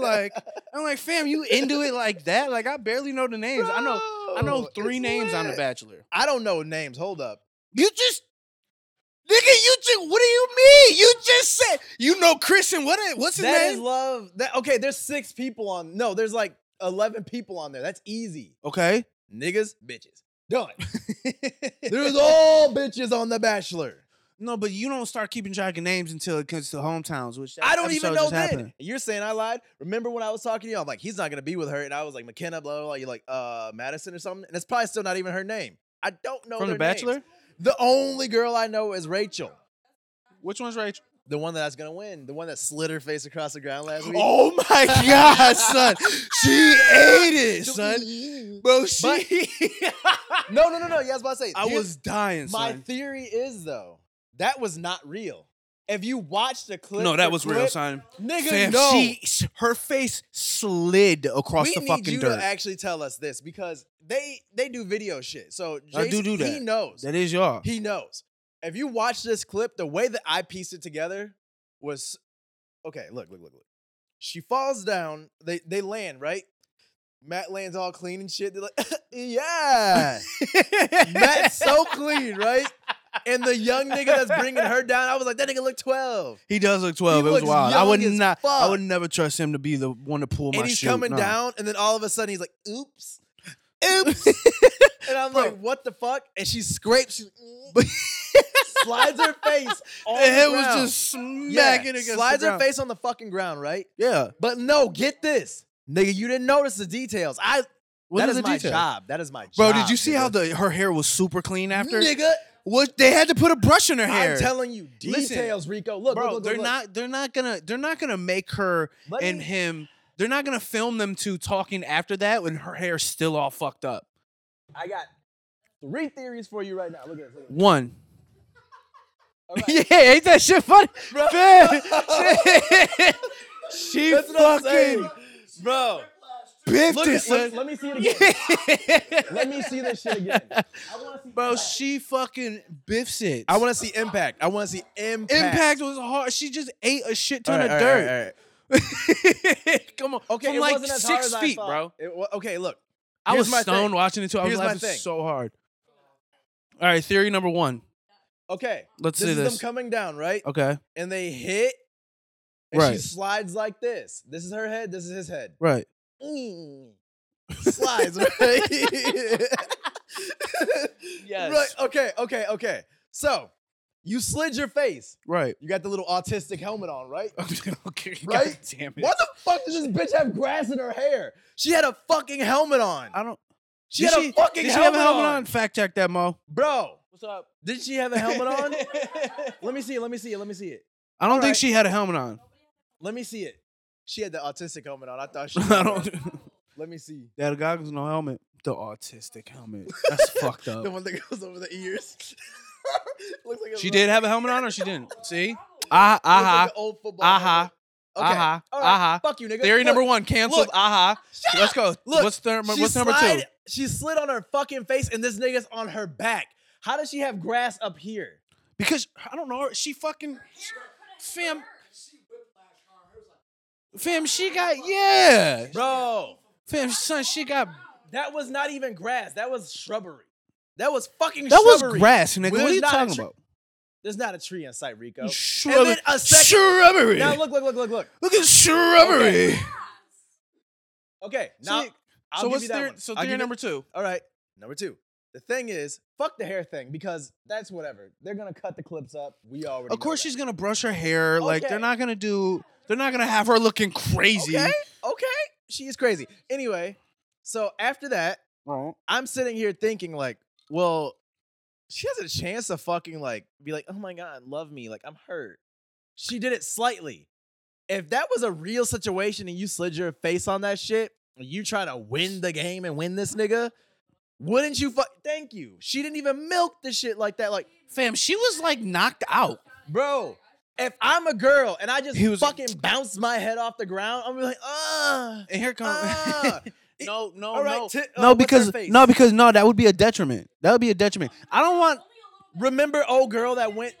[LAUGHS]
Like, I'm like, fam, you into it like that? Like, I barely know the names. I know, I know
Bro,
three
it's
names on the
lit.
Bachelor.
I don't know names. Hold up.
You just, nigga, you just. What do you mean? You just said you know Chris and what? What's his
That is
name?
love. That okay. There's six people on. No, there's like eleven people on there. That's easy.
okay.
Niggas, bitches, [LAUGHS] done. there's all bitches on The Bachelor.
No, but you don't start keeping track of names until it comes to hometowns, which that
I don't even
episode
know
just
that.
happened.
You're saying I lied. Remember when I was talking to you? I'm like, he's not gonna be with her, and I was like, McKenna, blah blah. blah. You're like, uh, Madison or something, and it's probably still not even her name. I don't know
from
their
The Bachelor.
names. The only girl I know is Rachel.
Which one's Rachel?
The one that's gonna win. The one that slid her face across the ground last week.
[LAUGHS] Oh my [LAUGHS] god, son. She ate it, son.
son.
Bro, she
But- [LAUGHS] No, no, no, no. Yeah, I was about to say.
I
here's-
was dying,
My
son.
theory is though that was not real. If you watched the clip,
No,
for
that was real,
clip,
son.
Nigga,
Fam,
no.
she s- her face slid across
we
the
need
fucking
you
dirt.
to actually tell us this because they they do video shit. So
I
Jason,
do do
He
that.
knows.
that is y'all.
He knows. If you watch this clip, the way that I pieced it together was okay. Look, look, look, look. She falls down. They they land right. Matt lands all clean and shit. They're like, [LAUGHS] yeah, Matt's
[LAUGHS]
so clean, right? And the young nigga that's bringing her down, I was like, that nigga look twelve,
He does look 12.
He
it was
looks
wild. I
young
would
as
not I
fuck.
would never trust him to be the one to pull Oh my
and he's
shoot.
coming
No. [LAUGHS]
down, and then all of a sudden he's like, oops, [LAUGHS] oops, and I'm
Bro.
like, what the fuck? And she scrapes,
[LAUGHS]
she slides her face. On
The head was
ground.
just smacking
Yeah,
against
slides
the
her
ground.
face on the fucking ground, right?
Yeah.
But no, get this, nigga, you didn't notice the details. I
What
that
is
is
the
my
detail?
job. That is my
Bro,
job.
did you see
nigga.
how the her hair was super clean after?
nigga?
What they had to put a brush in her hair.
I'm telling you,
Listen,
details, Rico. Look,
bro,
look, look,
they're
look.
not they're not gonna they're not gonna make her
Let
and
me-
him they're not gonna film them two talking after that when her hair's still all fucked up.
I got three theories for you right now. Look at this. Look at this.
One.
All right.
[LAUGHS] yeah, ain't that shit funny?
Bro.
[LAUGHS] Fam, she
That's what I'm saying.
fucking
Bro,
biffed
look at,
it,
let,
son.
let me see it [LAUGHS] again. let me see this shit again.
Bro, she fucking biffs it.
I want to see impact. I want to see impact.
Impact was hard. She just ate a shit
All
ton
right,
of
all right,
dirt.
all right.
[LAUGHS] Come on.
Okay,
From
it
like
wasn't as hard
six
as I
feet,
thought.
bro.
It wa- okay, look.
I
Here's
was
my
stoned
thing.
watching it too. I
Here's
was
my
laughing
thing.
so hard. All right, theory number one.
Okay,
Let's
this
see
is them
this.
coming down, right?
Okay.
And they hit And she
Right.
slides like this. This is her head. This is his
[LAUGHS]
head.
Right.
Mm.
Slides,
[LAUGHS]
right?
Yes.
Right. Okay. Okay. Okay. So you slid your face.
Right. [LAUGHS]
You got the little autistic helmet on, right?
okay.
Right?
[LAUGHS] God damn it.
Why the fuck does this bitch have grass in her hair? She had a fucking helmet on.
I don't.
She
Uh, did
had a fucking
did she
helmet,
have a helmet
on.
on? Fact check that, Mo.
Bro,
What's up?
did she have a helmet
[LAUGHS]
on? let me see it. Let me see it. Let me see it.
I don't think
Right.
she had a helmet on.
Let me see it. She had the autistic helmet on. I thought she.
[LAUGHS] [LAUGHS] I don't.
[LAUGHS] Let me see.
That goggles, no helmet. The autistic helmet. That's [LAUGHS] fucked
The
up.
one that goes over the ears. [LAUGHS] Looks like a
She
little-
did have a helmet on, or she
[LAUGHS]
didn't. See? Ah,
looks like
aha,
an old football
aha,
helmet. Okay.
aha,
All right.
aha.
Fuck you, nigga.
Theory
Look,
Uh-huh. number one canceled.
Look.
Aha.
Shut up.
Let's go.
Look,
What's, thir-
She
what's number two?
slid- She slid on her fucking face, and this nigga's on her back. How does she have grass up here?
Because I don't know. She fucking fam. Fam, she got yeah.
Bro,
Fam, son, she got.
that was not even grass. That was shrubbery. That was fucking
That was
shrubbery.
grass,
Well,
nigga. What are
it's
you
not a
talking
tree-
about?
There's not a tree in sight, Rico.
Shrubbery.
And then a second-
shrubbery.
Now look, look, look, look, look.
Look at shrubbery.
Okay, now
So-
I'll
so
give
what's
you that
theory?
one.
So
I'll give
theory
you-
number two.
All right, number two. The thing is, fuck the hair thing because that's whatever. They're gonna cut the clips up. We already.
Of course,
know
she's gonna brush her hair. Like
Okay.
they're not gonna do. They're not gonna have her looking
that.
crazy.
okay. Okay, she is crazy. Anyway, so after that,
Right.
I'm sitting here thinking like, well, she has a chance to fucking like be like, oh my god, love me, like I'm hurt. She did it slightly. If that was a real situation and you slid your face on that shit, and you try to win the game and win this nigga, wouldn't you? Fu- Thank you. She didn't even milk the shit like that. Like,
Fam, she was like knocked out.
bro, if I'm a girl and I just
He was-
fucking bounce my head off the ground, I'm like, ah,
And here comes. [LAUGHS]
ah.
no, no,
All right,
Oh, no.
ti- uh,
no,
what's her
because
face?
no, because no, that would be a detriment. That would be a detriment. I don't want.
Remember old girl that went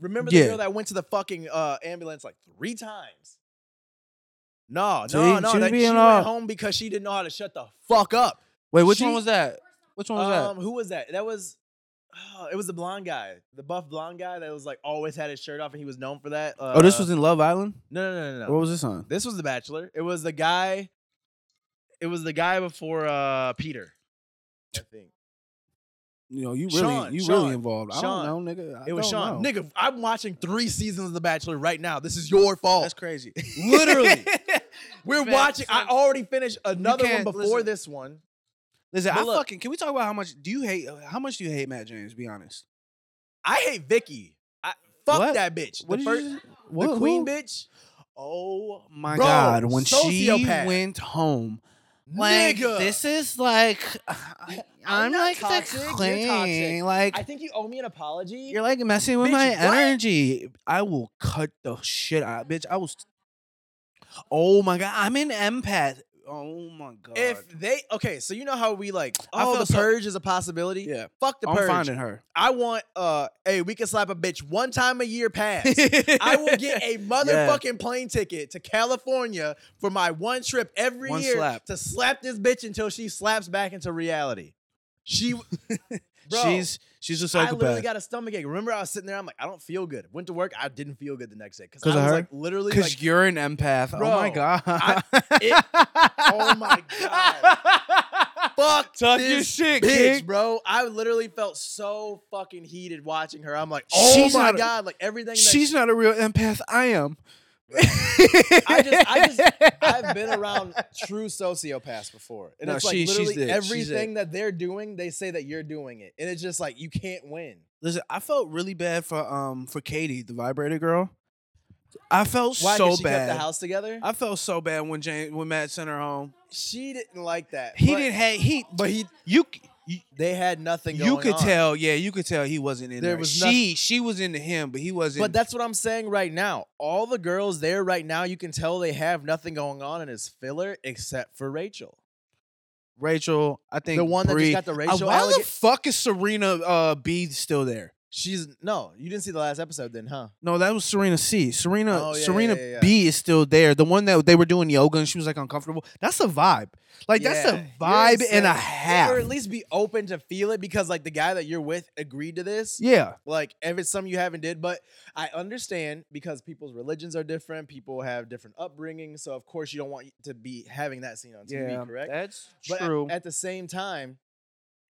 Remember the
Yeah.
girl that went to the fucking uh, ambulance like three times? No,
See,
no, no.
she was
That, she
being
went
all-
home because she didn't know how to shut the fuck up.
Wait, which
She-
one was that? Which one was
um, Who was that? That was, oh, it was the blonde guy, the buff blonde guy that was like always had his shirt off and he was known for that. Uh,
that? Oh, this was in Love Island.
no, no, no, no. no.
What was this on?
This was The Bachelor. It was the guy. It was the guy before uh, Peter. I think
You know, you really,
Sean,
you
Sean,
really involved. I
Sean.
don't know, nigga. I
it was
don't
Sean.
know.
Nigga, I'm watching three seasons of The Bachelor right now. This is your fault.
That's crazy. oh.
[LAUGHS]
Literally.
We're
Fam,
watching. I
fam.
already finished another one
can't-
before
listen.
this one.
Listen,
But
I
look-
fucking. Can we talk about how much do you hate? uh, How much do you hate Matt James? Be honest.
I hate Vicky. I, fuck
What?
that bitch.
What
the
did
first,
you? What,
the queen
who?
bitch. Oh
My
Bro,
God, when
sociopath.
she went home,
nigga.
is like, [SIGHS]
I'm not toxic, you're toxic.
Like,
I think you owe me an apology.
you're like messing with
Bitch,
my
what?
energy. I will cut the shit out, bitch. I was. Oh my God, I'm an empath. Oh my God.
if they okay, so you know how we like.
I
Oh,
felt
the
so-
purge is a possibility.
yeah,
Fuck the
I'm
purge.
finding her.
I want. Uh, hey, we can slap a bitch one time a year. Pass.
[LAUGHS]
I will get a motherfucking plane ticket to California for my one trip every
One
year
slap.
to slap this bitch until she slaps back into reality. She, bro,
she's she's a
I literally
psychopath.
got a stomach ache. Remember, I was sitting there. I'm like, I don't feel good. Went to work. I didn't feel good the next day because
'Cause
I
of
was
her?
like, literally,
Because
like,
you're an empath. oh my
Bro,
god.
[LAUGHS] I- oh my
[LAUGHS] god.
fuck
Talk
this
your shit,
bitch,
kid.
bro. I literally felt so fucking heated watching her. I'm like, oh
She's
my
not a-
god, like everything. That
She's not a real empath. I am.
[LAUGHS] I just, I just, I've been around true sociopaths before, and
No,
it's like
she- she's
literally
it. She's
everything that they're doing, they say that you're doing it, and it's just like you can't win.
[LAUGHS] Listen, I felt really bad for um for Katie, the vibrator girl. I felt
Why? 'Cause
so
she
bad.
kept the house together.
I felt so bad when James when Matt sent her home.
she didn't like that.
He
but
didn't have he
but he-
you you,
They had nothing. Going
you could
on.
tell, yeah, you could tell he wasn't in
There
there.
was
she
nothing-
she was into him, but he wasn't.
But that's what I'm saying right now. All the girls there right now, you can tell they have nothing going on, and it's filler except for Rachel,
Rachel, I think
the one that
Bree-
just got the
Uh,
Rachel.
why
allega-
the fuck is Serena uh, B still there?
She's no, you didn't see the last episode then, huh?
No, that was Serena C. Serena
Oh, yeah,
Serena
yeah, yeah, yeah.
B is still there. The one that they were doing yoga and she was like uncomfortable. That's a vibe. Like that's
Yeah,
a
you're
vibe and a
insane.
half.
Or at least be open to feel it because like the guy that you're with agreed to this.
yeah.
Like if it's something you haven't did, but I understand because people's religions are different, people have different upbringing, so of course you don't want to be having that scene on TV, correct?
That's
But at-
true.
At, the same time,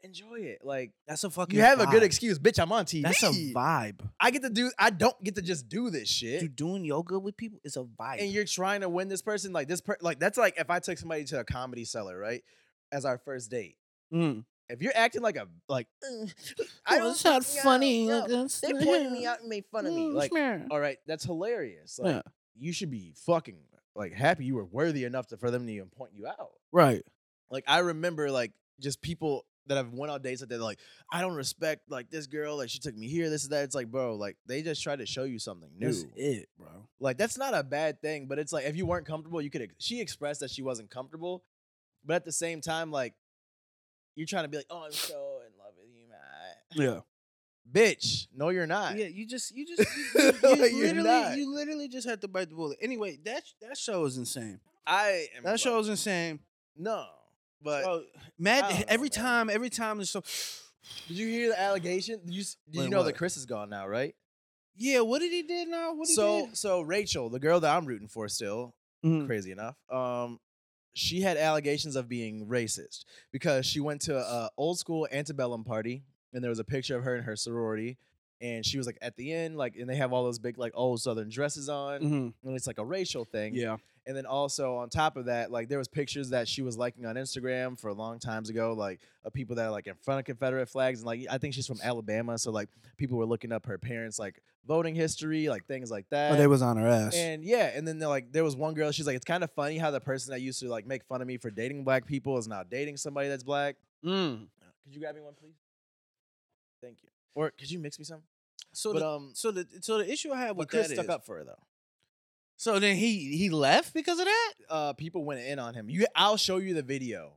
enjoy it. Like
that's a fucking
you have a good
vibe.
excuse, bitch. I'm on TV.
That's a vibe.
I get to do. I don't get to just do this shit.
Dude, doing yoga with people is a vibe.
and you're trying to win this person like this per- like that's like if i took somebody to a comedy cellar right as our first date
Mm.
if you're acting like a like
Oh,
I
don't [LAUGHS]
was not
fucking-
funny.
yo,
like,
yo,
that's- They pointed me out and made fun of me.
Mm,
Like,
all right that's hilarious like
Yeah.
you should be fucking like happy you were worthy enough to, for them to even point you out
Right.
like i remember like just people that have went on dates like that they're like i don't respect like this girl like she took me here this is that it's like bro like they just tried to show you something new
That's it, bro.
like that's not a bad thing but it's like if you weren't comfortable you could ex- she expressed that she wasn't comfortable but at the same time like you're trying to be like oh i'm so in love with you man
Yeah.
bitch no you're not [LAUGHS]
Yeah, you just you just you, you- you
Like, you're
literally
not.
you literally just had to bite the bullet. Anyway, that that show is insane.
i am
That
like,
show is insane.
no but
Bro,
I don't
mad
know,
every
man.
time, every time there's so
did you hear the allegation you s- did you
Wait,
know that
what?
chris is gone now right
Yeah, what did he do now? What did
so so rachel the girl that i'm rooting for still
he do?
crazy enough um she had allegations of being racist because she went to a old school antebellum party and there was a picture of her in her sorority and she was like at the end like and they have all those big like old southern dresses on
Mhm.
and it's like a racial thing
Yeah.
and then also on top of that like there was pictures that she was liking on instagram for a long times ago like of people that are like in front of confederate flags and like i think she's from alabama so like people were looking up her parents like voting history like things like that
Oh, they was on her ass.
and yeah, and then they're like there was one girl, she's like, it's kind of funny how the person that used to like make fun of me for dating black people is now dating somebody that's black.
Mm.
Could you grab me one, please? Thank you. Or could you mix me some?
So
but
the,
um,
so the so the issue I had
but
with
Chris
that
stuck
is-
up for her though.
so then he he left because of that.
Uh, people went in on him. You, I'll show you the video.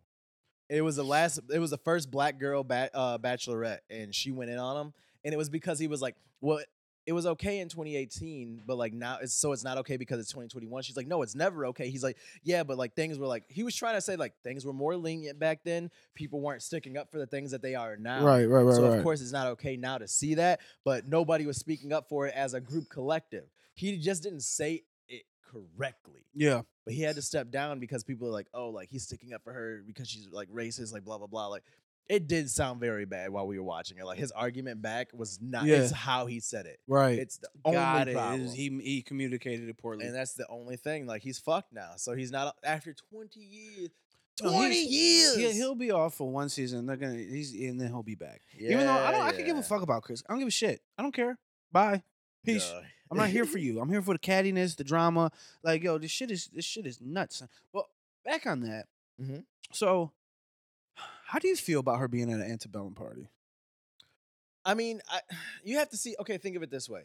It was the last. It was the first black girl ba- uh, bachelorette, and she went in on him, and it was because he was like, well. It was okay in 2018, but like now it's so it's not okay because it's 2021. She's like, no, it's never okay. He's like, yeah, but like things were like he was trying to say like things were more lenient back then. People weren't sticking up for the things that they are now.
right, right,
So of course it's not okay now to see that, but nobody was speaking up for it as a group collective. He just didn't say it correctly.
Yeah.
But he had to step down because people are like, oh, like he's sticking up for her because she's like racist, like blah blah blah. Like it did sound very bad while we were watching it. Like his argument back was not
Yeah.
it's how he said it.
Right.
It's the only
Got it.
problem.
It was- He he communicated it poorly.
and that's the only thing. Like he's fucked now. So he's not uh, after 20 years.
No,
20
he's-
years.
Yeah, he'll be off for one season. They're gonna he's and then he'll be back. Even though I don't I could give a
Yeah,
fuck about Chris. I don't give a shit. I don't care. Bye. Peace.
duh.
I'm not here for you. I'm here for the cattiness, the drama. Like, yo, this shit is this shit is nuts. son. But back on that.
Mhm.
So, how do you feel about her being at an antebellum party?
I mean, I, [SIGHS] you have to see. Okay, think of it this way.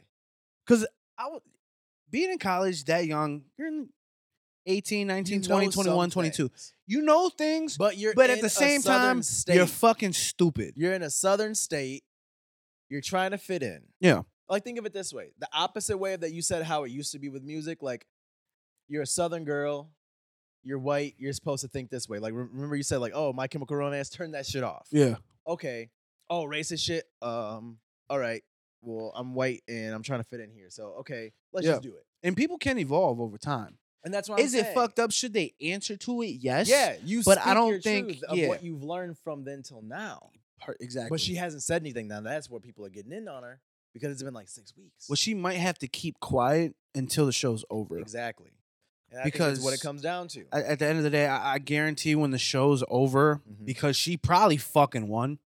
I would being in college that young, you're in 18, 19,
You
20,
know some
21, 22.
things,
You know things,
But you're
But at
in
the
a
same
southern
time,
state.
you're fucking stupid.
you're in a southern state. You're trying to fit in.
Yeah.
Like think of it this way: the opposite way that you said how it used to be with music. Like you're a southern girl, you're white, you're supposed to think this way. Like re- remember you said like, "Oh, My Chemical Romance, turn that shit off."
Yeah.
Okay. Oh, racist shit. Um. All right. Well, I'm white and I'm trying to fit in here. So okay, let's
Yeah.
just do it.
And people can evolve over time.
And that's why
Is it fucked up? Should they answer to it? Yes.
Yeah, you.
But I
speak
don't
your
think-
truth of
yeah.
what you've learned from then till now.
Her- Exactly.
But she hasn't said anything. Now that's where people are getting in on her because it's been like six weeks.
well, she might have to keep quiet until the show's over.
exactly. And I think that's what
Because-
it comes down to.
At, at the end of the day, I, I guarantee when the show's over,
Mhm.
because she probably fucking won.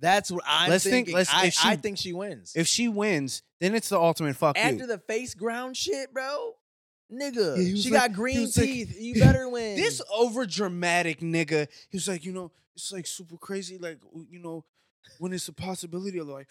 that's what I'm
Let's think-
thinking.
let's-
I,
if she-
I think she wins.
If she wins, then it's the ultimate fuck
After
you.
the face ground shit, bro, nigga,
Yeah, he was
she
like-
got green
was like-
teeth.
[LAUGHS]
you better win.
this over dramatic nigga, he was like, you know, it's like super crazy, like w- you know, when it's a possibility of like,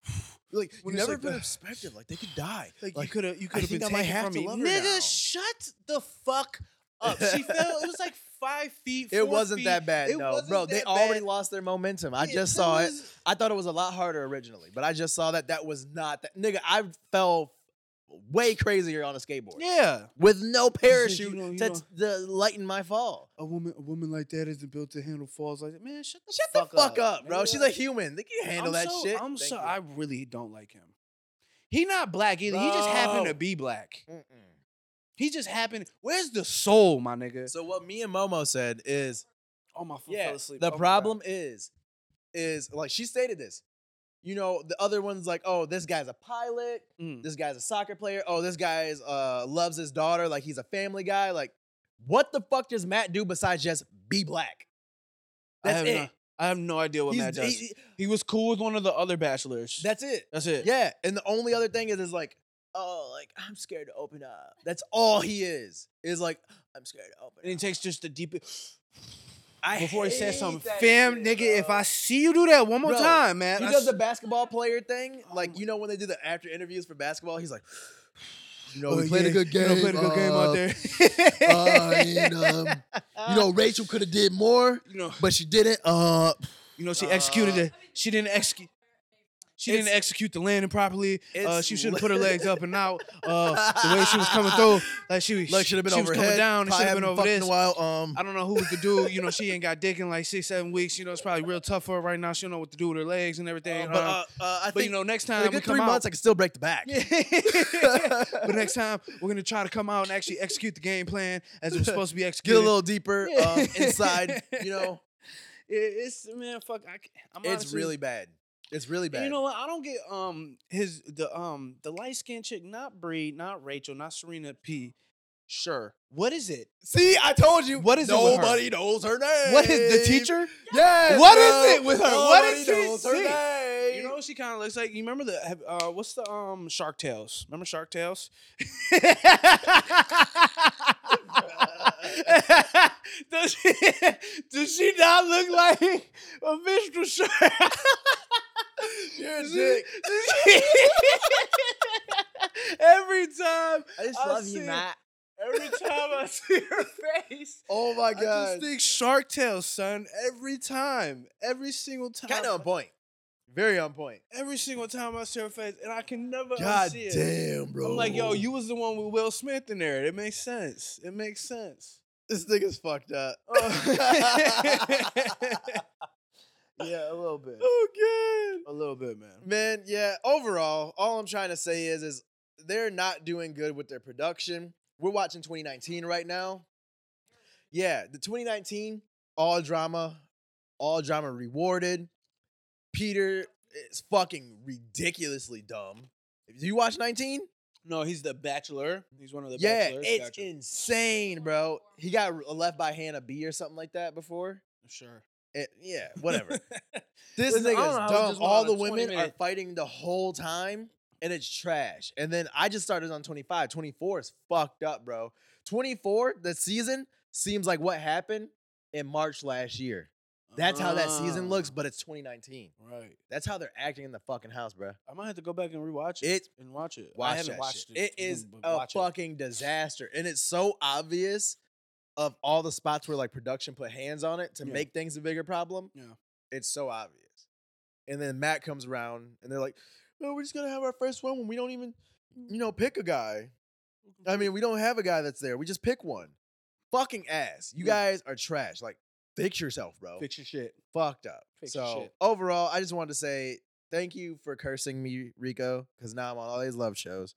[SIGHS]
like
when
you
it's
never
like
been
the-
expected. Like they could die.
[SIGHS] like,
Like,
you could have, you
I
could have been
think I
taken
might have
from
to
me,
love her
nigga.
now.
Shut the fuck up.
[LAUGHS]
She fell. It was like five [LAUGHS] feet.
It
four
wasn't
feet.
that bad,
It
no,
wasn't
bro. They
that
already
bad.
lost their momentum. I
Yeah,
just
that
saw it.
was-
I thought it was a lot harder originally, but I just saw that that was not that nigga. I fell way crazier on a skateboard
Yeah,
with no parachute
[LAUGHS] you know- you
to
know-
to lighten my fall.
a woman, a woman like that isn't built to handle falls like that. Man, shut the
Shut
fuck
the fuck up,
man.
bro. She's a
Like,
human. They can handle
I'm
that
so-
shit.
I'm
Thank
so
you.
I really don't like him. He not black either. He just happened to
Bro.
be black.
Mm-mm.
He just happened. Where's the soul, my nigga?
So what me and Momo said is
oh my, foot
yeah,
fell asleep. Oh
the
my God.
problem is is like she stated this. You know, the other one's like, "Oh, this guy's a pilot.
Mm.
This guy's a soccer player. Oh, this guy's uh loves his daughter like he's a family guy." Like what the fuck does Matt do besides just be black?
I
That's
have
it.
No, I have no idea what
He's-
Matt does.
he- he-
He was cool with one of the other bachelors.
that's it.
That's it.
Yeah, and the only other thing is is like, "Oh, like I'm scared to open up." That's all he is. Is like, "I'm scared to open
And he
up."
takes just the deep.
I
Before he says
hate
something,
that
fam,
shit,
nigga, if
bro.
I see you do that one more
Bro,
time, man.
He
I
does
s-
the basketball player thing.
Oh
Like,
my-
you know, when they do the after interviews for basketball, he's
[LAUGHS]
like, you know,
Oh,
we played
yeah,
a good
you
game.
know, played a good game out
uh,
there. [LAUGHS]
uh, and, um, you know, Rachel could have did more,
you know,
but she didn't. Uh,
you know, she executed
Uh,
it. She didn't execute. She
It's-
didn't execute the landing properly. Uh,
it's
she should
li-
have put her
[LAUGHS]
legs up and out. Uh, the way she was coming through, like she was,
like, should have been
she
over
was coming down. It should have been over
A
this.
while. Um,
I don't know who was the dude. You know, she ain't got dick in like six, seven weeks. You know, it's probably real tough for her right now. She don't know what to do with her legs and everything.
uh,
Uh,
but uh, uh, I
but
think
you know, next
in
time
a
we
good
come
three
out,
months, I can still break the back. [LAUGHS]
but next time we're gonna try to come out and actually execute the game plan as it was supposed to be
Get a
executed.
little deeper
Yeah. [LAUGHS]
um, inside. You know,
It- it's man, fuck. I, can't- I'm
it's
honestly-
really bad. It's really
And
bad.
You know what? I don't get um his the um the light skinned chick, not Bree, not Rachel, not Serena P. Sure. What is it?
See, I told you.
What is it with her?
nobody knows her name?
What is the teacher?
Yes.
What is
bro.
it with her? What is
Nobody
she
knows her
sick?
name.
You know what she kind of looks like? You remember the have- uh what's the um Shark Tales? Remember Shark Tales? [LAUGHS] does, she, does she not look like a minstrel shark?
You're a
Does
dick.
she- [LAUGHS] does she- Every time,
I just
I
love
see
you,
it.
Matt.
every time I see her face,
Oh my
I just
god.
think Shark Tale, son. Every time, every single time,
Kind of on point. Very on point.
every single time I see her face, and I can never
God
unsee it.
damn, bro.
I'm like, yo, you was the one with Will Smith in there. It makes sense. It makes
[LAUGHS]
sense. Oh.
This nigga's fucked up.
[LAUGHS] yeah, a little bit.
oh god.
A little bit, man.
Man, yeah. Overall, all I'm trying to say is, is they're not doing good with their production. We're watching 2019 right now. Yeah, the 2019 all drama, all drama rewarded. Peter is fucking ridiculously dumb. If you watch 19,
No, he's the bachelor. He's one of the
yeah,
bachelors.
it's
Gotcha.
insane, bro. He got r- left by Hannah B or something like that before.
Sure.
It, yeah,
[LAUGHS]
whatever. This
Listen, I don't know
nigga
how
is
this
dumb.
went
All
on
the
a 20
women are
minute-
fighting the whole time, and it's trash. And then I just started on 25. 24 is fucked up, bro. 24, the season seems like what happened in March last year. That's how that season looks,
Ah,
but it's 2019.
Right.
That's how they're acting in the fucking house, bro.
I might have to go back and rewatch it
It
and watch it.
watch
I haven't
that
watched
shit.
it.
It is
but
a
watch it.
fucking disaster, and it's so obvious of all the spots where like production put hands on it to
Yeah.
make things a bigger problem.
Yeah.
it's so obvious. And then Matt comes around, and they're like, "No, we're just gonna have our first one when we don't even, you know, pick a guy. I mean, we don't have a guy that's there. We just pick one. Fucking ass. You
Yeah.
guys are trash. Like, fix yourself, bro.
Fix your shit.
Fucked up.
Fix your
so
shit.
overall, I just wanted to say." Thank you for cursing me, Rico, because now I'm on all these love shows.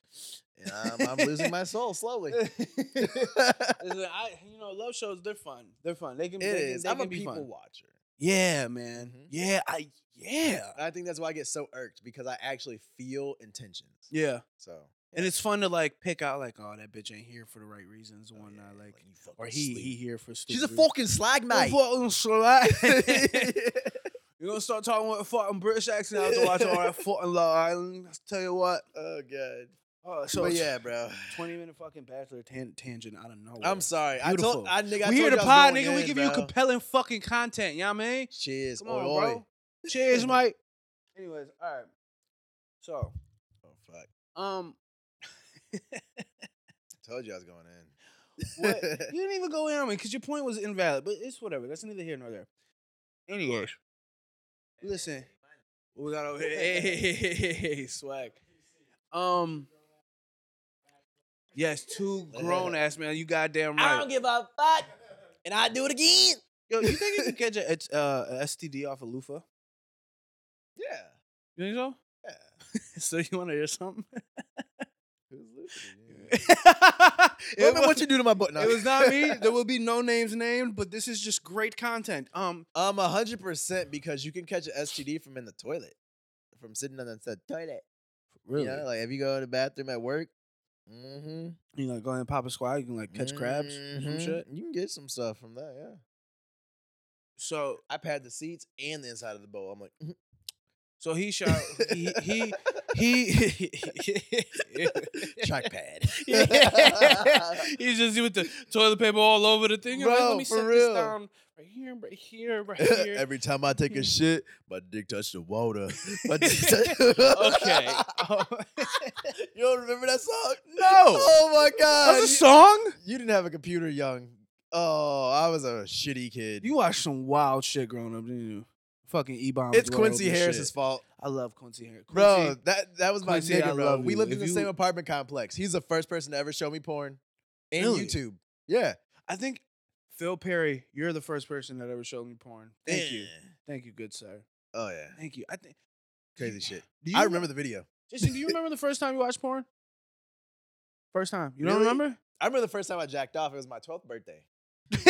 And I'm, I'm losing my soul
[LAUGHS]
slowly.
Listen, I, you know, love shows, they're fun. They're fun. They can,
It
they can-
is.
they
I'm a
can be
people
fun.
watcher.
Yeah, man.
Mhm.
Yeah, I, yeah.
And I think that's why I get so irked because I actually feel intentions.
Yeah.
So
And it's fun to like pick out like, oh, that bitch ain't here for the right reasons and whatnot. Oh, like,
you
or
fucking
he
sleep.
he here for stupid.
She's a
reasons.
fucking slag
Oh,
mate. [LAUGHS]
[LAUGHS] fucking [LAUGHS] slut.
uh,
You're gonna start talking with a fucking British accent after watching all that fucking Love Island. I tell you what.
oh god.
Oh,
So
so
but yeah, bro.
twenty minute fucking bachelor tan- tangent out of nowhere.
[SIGHS] I'm sorry. I
Beautiful.
told I nigga. I
we
told
here
y'all I
to
was
pod,
going
nigga. we
in,
give you
bro.
compelling fucking content. You know what I mean?
Cheers,
Come on,
oi, oi.
bro. Cheers, Mike. Anyways, all right. So,
Oh fuck.
um,
Told you I was going in.
What? [LAUGHS] you didn't even go in on me because your point was invalid. But it's whatever. That's neither here nor there. Anyways, listen, what we got over here. Hey, hey, hey, hey, hey, [LAUGHS] hey, swag. Um, yes, [LAUGHS] two grown ass man. You goddamn
I don't
right.
give a fuck, and I do it again.
Yo, you think you can catch a, it's, uh, a STD off a loofah?
yeah.
You think so?
Yeah.
[LAUGHS] so you want to hear [LAUGHS] something?
Who's listening? Yeah.
it,
Let me what
[LAUGHS]
you do to my butt. No.
it was
[LAUGHS]
not [LAUGHS] me. There will be no names named, but this is just great content. Um,
Um, hundred percent because you can catch an STD from in the toilet, from sitting on the t- toilet.
really,
You know, like if you go to the bathroom at work. Mm-hmm.
you know, go ahead and pop a squat. You can like catch crabs, some shit.
You can get some stuff from that. Yeah.
So,
I pad the seats and the inside of the bowl. I'm like, mhm. [LAUGHS]
so he shot. He he he. [LAUGHS]
"Mm-hmm, trackpad.
He's just with the toilet paper all over the thing. Bro,
Bro,
let me
for
set
real.
this down right here, right here,
[LAUGHS]
[LAUGHS] right here.
Every time I
[LAUGHS]
take a shit, my dick touched the water. My dick [LAUGHS] touch-
okay. Oh.
[LAUGHS] you don't remember that song?
no.
Oh my god.
That's
You-
a song?
You didn't have a computer young. Oh, I was a shitty kid.
You watched some wild shit growing up, didn't you? Fucking E-bomb.
it's Quincy Harris's fault.
I love Quincy Harris.
Bro, that that was my
Quincy, I
nigga, bro.
love
We
you.
lived in the
If
same
you-
apartment complex. He's the first person to ever show me porn and
Really?
YouTube. Yeah.
I think Phil Perry, you're the first person that ever showed me porn. Thank you. Thank you, good sir.
Oh yeah.
Thank you. I think
Crazy shit.
do you
I remember the video.
Jason, do you remember the first time you watched porn? First time. You don't
Really?
remember?
I remember the first time I jacked off. It was my 12th birthday.
[LAUGHS]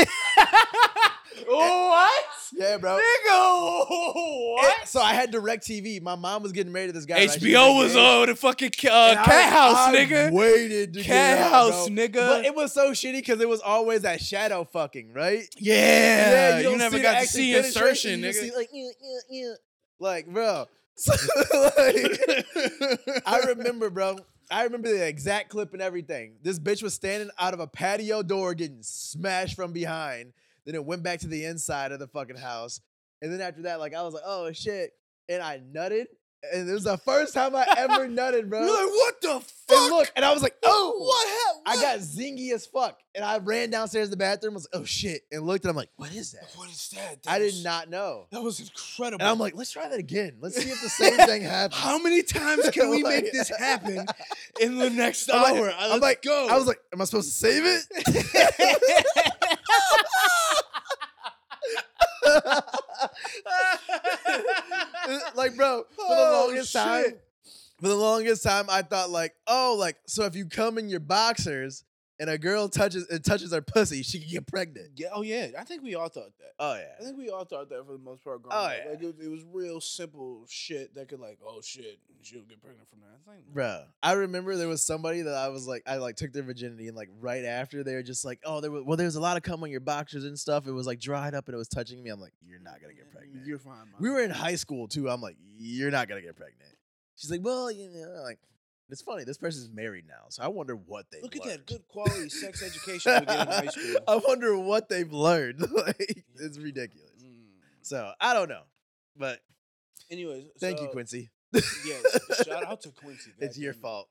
what?
Yeah, bro.
Nigga,
And- so I had direct TV. My mom was getting married to this guy. when I should have
HBO was
been married.
on the fucking uh,
And I-
cat house,
I
nigga.
Waited to get
Cat
it out,
house,
bro.
nigga.
But it was so shitty because it was always that shadow fucking, right?
yeah, you,
don't
never
see the
got to
actual
see
penetration,
insertion,
you
nigga.
just see, like, "Yeah, yeah, yeah." Like, bro. [LAUGHS] So,
[LAUGHS]
like, I remember, bro. I remember the exact clip and everything. This bitch was standing out of a patio door getting smashed from behind. Then it went back to the inside of the fucking house. And then after that, like I was like, oh shit. And I nutted. And it was the first time I
[LAUGHS]
ever nutted, bro.
You're like, what [LAUGHS] the fuck?
and look, and I was like, oh
What happened?
I got zingy as fuck. And I ran downstairs to the bathroom, was like, oh shit. And looked and I'm like, what is that?
What is that? That
I did
was-
not
[SIGHS]
know.
That was incredible.
And I'm like, let's try that again. Let's see if the
[LAUGHS]
same thing happens.
how many times can we make [LAUGHS] this happen in the next hour?
I'm like-
Let's
I'm like,
go.
I was like, am I supposed to save it? [LAUGHS] like, bro, for the
Oh,
longest
shit.
time, for the longest time, I thought like, oh, like, so if you come in your boxers and a girl touches it touches her pussy, she can get pregnant.
yeah, oh yeah, I think we all thought that.
Oh
I
yeah.
think we all thought that for the most part. Growing
Oh,
up.
yeah.
like it, it was real simple shit that could like, oh shit, she'll get pregnant from that. It's like,
Bro, I remember there was somebody that I was like, I like took their virginity and like right after they were just like, oh, there was well, there was a lot of cum on your boxers and stuff. It was like dried up and it was touching me. I'm like, you're not gonna get pregnant.
You're fine.
we were in high school too. I'm like, you're not gonna get pregnant. She's like, well, you know, like it's funny. This person's married now, so I wonder what they
Look at
learned.
that good quality sex education we
[LAUGHS]
get in high school.
I wonder what they've learned. [LAUGHS] like it's ridiculous.
Mm.
So I don't know, but
Anyways,
thank you,
so,
Quincy.
Yes, shout out to Quincy.
[LAUGHS] It's your
goddammit.
fault.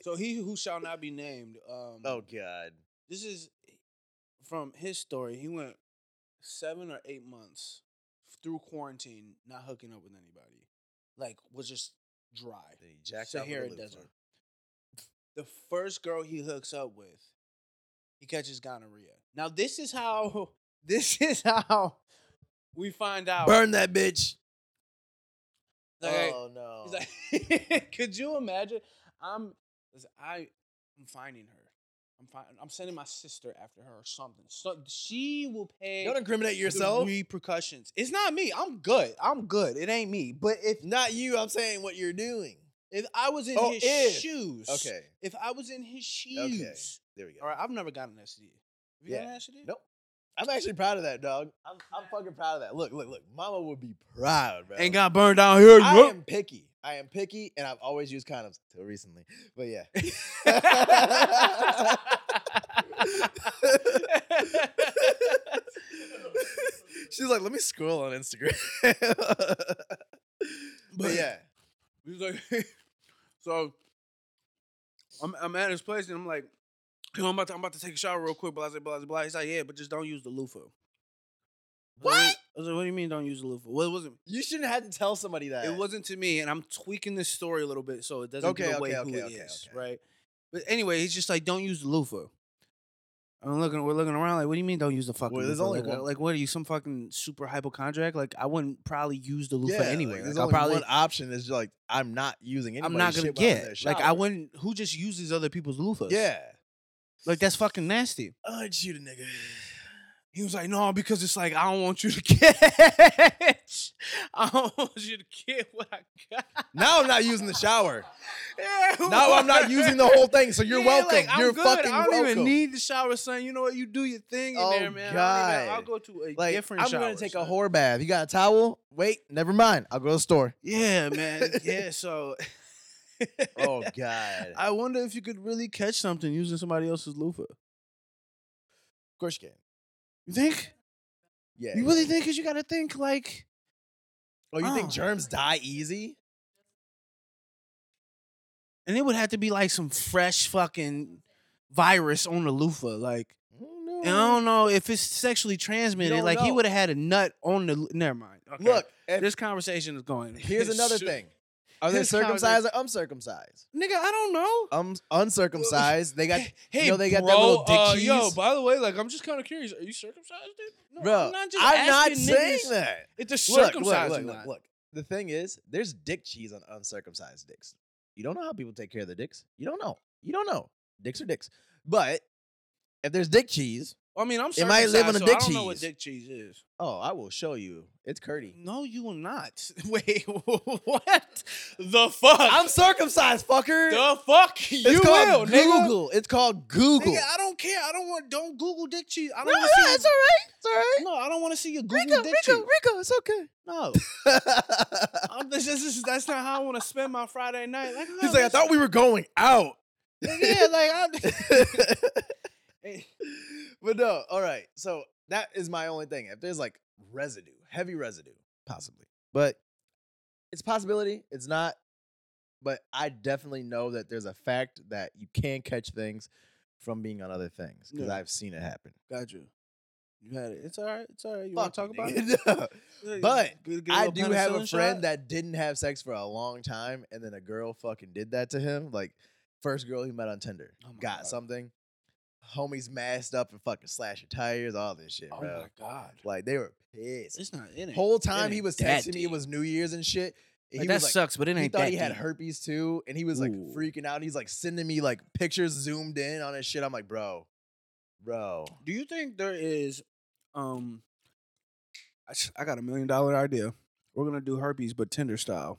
So he who shall not be named. Um,
oh God.
this is eh, from his story. He went seven or eight months through quarantine, not hooking up with anybody. Like was just dry.
Then he jacked out with a
Sahara
loofah.
Desert. The first girl he hooks up with, he catches gonorrhea. Now this is how [LAUGHS] this is how we find out.
Burn that bitch.
Like,
oh no.
he's
Oh.
like, [LAUGHS] could you imagine? I'm, listen, I, I'm finding her. I'm find, I'm sending my sister after her or something. So she will pay
don't
the
incriminate yourself.
repercussions. It's not me. I'm good. I'm good. It ain't me. But if
Not you. I'm saying what you're doing.
if I was in
Oh,
his
if.
shoes,
Okay.
If I was in his
Okay.
shoes,
There we go.
All right, I've never gotten an STD. Have you
Yeah.
gotten an STD?
Nope. I'm actually proud of that, dog. I'm, I'm fucking proud of that. Look, look, look. Mama would be proud, bro.
got burned down here.
I am picky. I am picky, and I've always used condoms till recently. But yeah. [LAUGHS] She's like, let me scroll on Instagram. [LAUGHS] but yeah.
[LAUGHS] He's like, so I'm, I'm at his place and I'm like, Yo, I'm about to, I'm about to take a shower real quick, blah, blah, blah, blah. He's like, yeah, but just don't use the loofah. I was
What?
like, I was like, what do you mean don't use the loofah? Well, it wasn't.
You shouldn't have to tell somebody that.
It wasn't to me, and I'm tweaking this story a little bit so it doesn't
Okay,
give away
okay,
who it
okay, okay,
is,
okay.
right? But anyway, he's just like, don't use the loofah. I'm looking. We're looking around. Like, what do you mean? Don't use the fucking.
Well, there's
loofah?
only
like,
one.
uh, like, what are you? Some fucking super hypochondriac? Like, I wouldn't probably use the loofah
like,
anyway.
there's
Like, I'll
only
probably.
one option is like I'm not using anybody's
I'm not gonna
shit while I'm in
get.
that
Like, I
shower.
wouldn't. Who just uses other people's loofahs?
Yeah.
Like, that's fucking nasty.
I'd shoot a nigga.
He was like, no, because it's like I don't want you to [LAUGHS] catch. I don't want you [LAUGHS] to get what I got.
Now I'm not using the
[LAUGHS]
shower.
Yeah,
Now I'm not using the whole thing. So you're
[LAUGHS] Yeah,
welcome.
like, I'm
you're
good.
fucking
I don't
welcome.
even need the shower, son. You know what? You do your thing in
Oh,
there, man. I don't even- I'll
God.
go to a
like
different
I'm
shower.
gonna take a
son.
whore bath. You got a towel? Wait, never mind. I'll go to the
[LAUGHS]
store.
Yeah, man. Yeah, so.
Oh God.
I wonder if you could really catch something using somebody else's loofah.
of course you can.
You think?
Yeah.
You really think? Because you got to think, like,
Oh, you
Oh.
think germs die easy?
and it would have to be like some fresh fucking virus on the loofah. Like,
Mm, No.
and I don't know if it's sexually transmitted.
don't
Like, he
know.
would have had a nut on the. lo- Never mind. Okay.
Look, if-
this conversation is
[LAUGHS]
going. [LAUGHS]
here's another
Shoot.
thing. Are they
This conversation-
circumcised or uncircumcised?
Nigga, I don't know.
Um, uncircumcised. They got [LAUGHS]
hey,
know they got that little dick
uh, Yo,
cheese?
by the way, like I'm just kind of curious. Are you circumcised, dude? [LAUGHS] No,
bro.
I'm not, just
I'm not
asking
saying
niggas
that.
If they're
Look, look,
circumcised
look,
or
look,
not.
look. The thing is, there's dick cheese on uncircumcised dicks. You don't know how people take care of their dicks. You don't know. You don't know. Dicks are dicks. But if there's dick cheese,
I mean, I'm
It might
circumcised,
live on a
so I
dick
don't know what
cheese.
dick cheese is.
oh, I will show you. It's curdy.
No, you will not. [LAUGHS] Wait, what? The fuck?
I'm circumcised, [LAUGHS] fucker.
the fuck?
it's
you will,
called
nigga.
Google. It's called Google.
Nigga, I don't care. I don't want. Don't Google dick cheese. I
no,
don't
no,
want to see.
it's all right. It's all right.
No, I don't want to see your Google
Rico,
dick
Rico,
cheese.
Rico, it's [LAUGHS] okay.
No, I'm, this, this, is that's not how I want to spend my Friday night. Like, no, that's-
we were going out. [LAUGHS]
yeah, like I. [LAUGHS] Hey.
but no, all right. So that is my only thing. If there's like residue, heavy residue, possibly. But it's a possibility. It's not. But I definitely know that there's a fact that you can catch things from being on other things because
Yeah.
I've seen it happen.
Got you. You had it. It's all right. It's all right. You want to
Fuck
talk about it?
nigga. [LAUGHS] No.
Yeah, you
But
get- get a
I
little
do have a
penicillin
friend
shot?
that didn't have sex for a long time, and then a girl fucking did that to him. Like, first girl he met on Tinder,
Oh my
got
God.
something. Homies masked up and fucking slash your tires, all this shit,
Oh
bro.
my god!
Like they were pissed.
It's not. It ain't.
Whole
it
time he
ain't
was
that
texting me,
deep.
it was New Year's and shit. and
Like,
he
that
was like,
sucks, but it ain't
he thought
that
he had
deep.
herpes too, and he was like
Ooh.
freaking out. He's like sending me like pictures zoomed in on his shit. I'm like, bro, bro,
Do you think there is? Um, I, s- I got a million dollar idea. We're gonna do herpes, but Tinder style.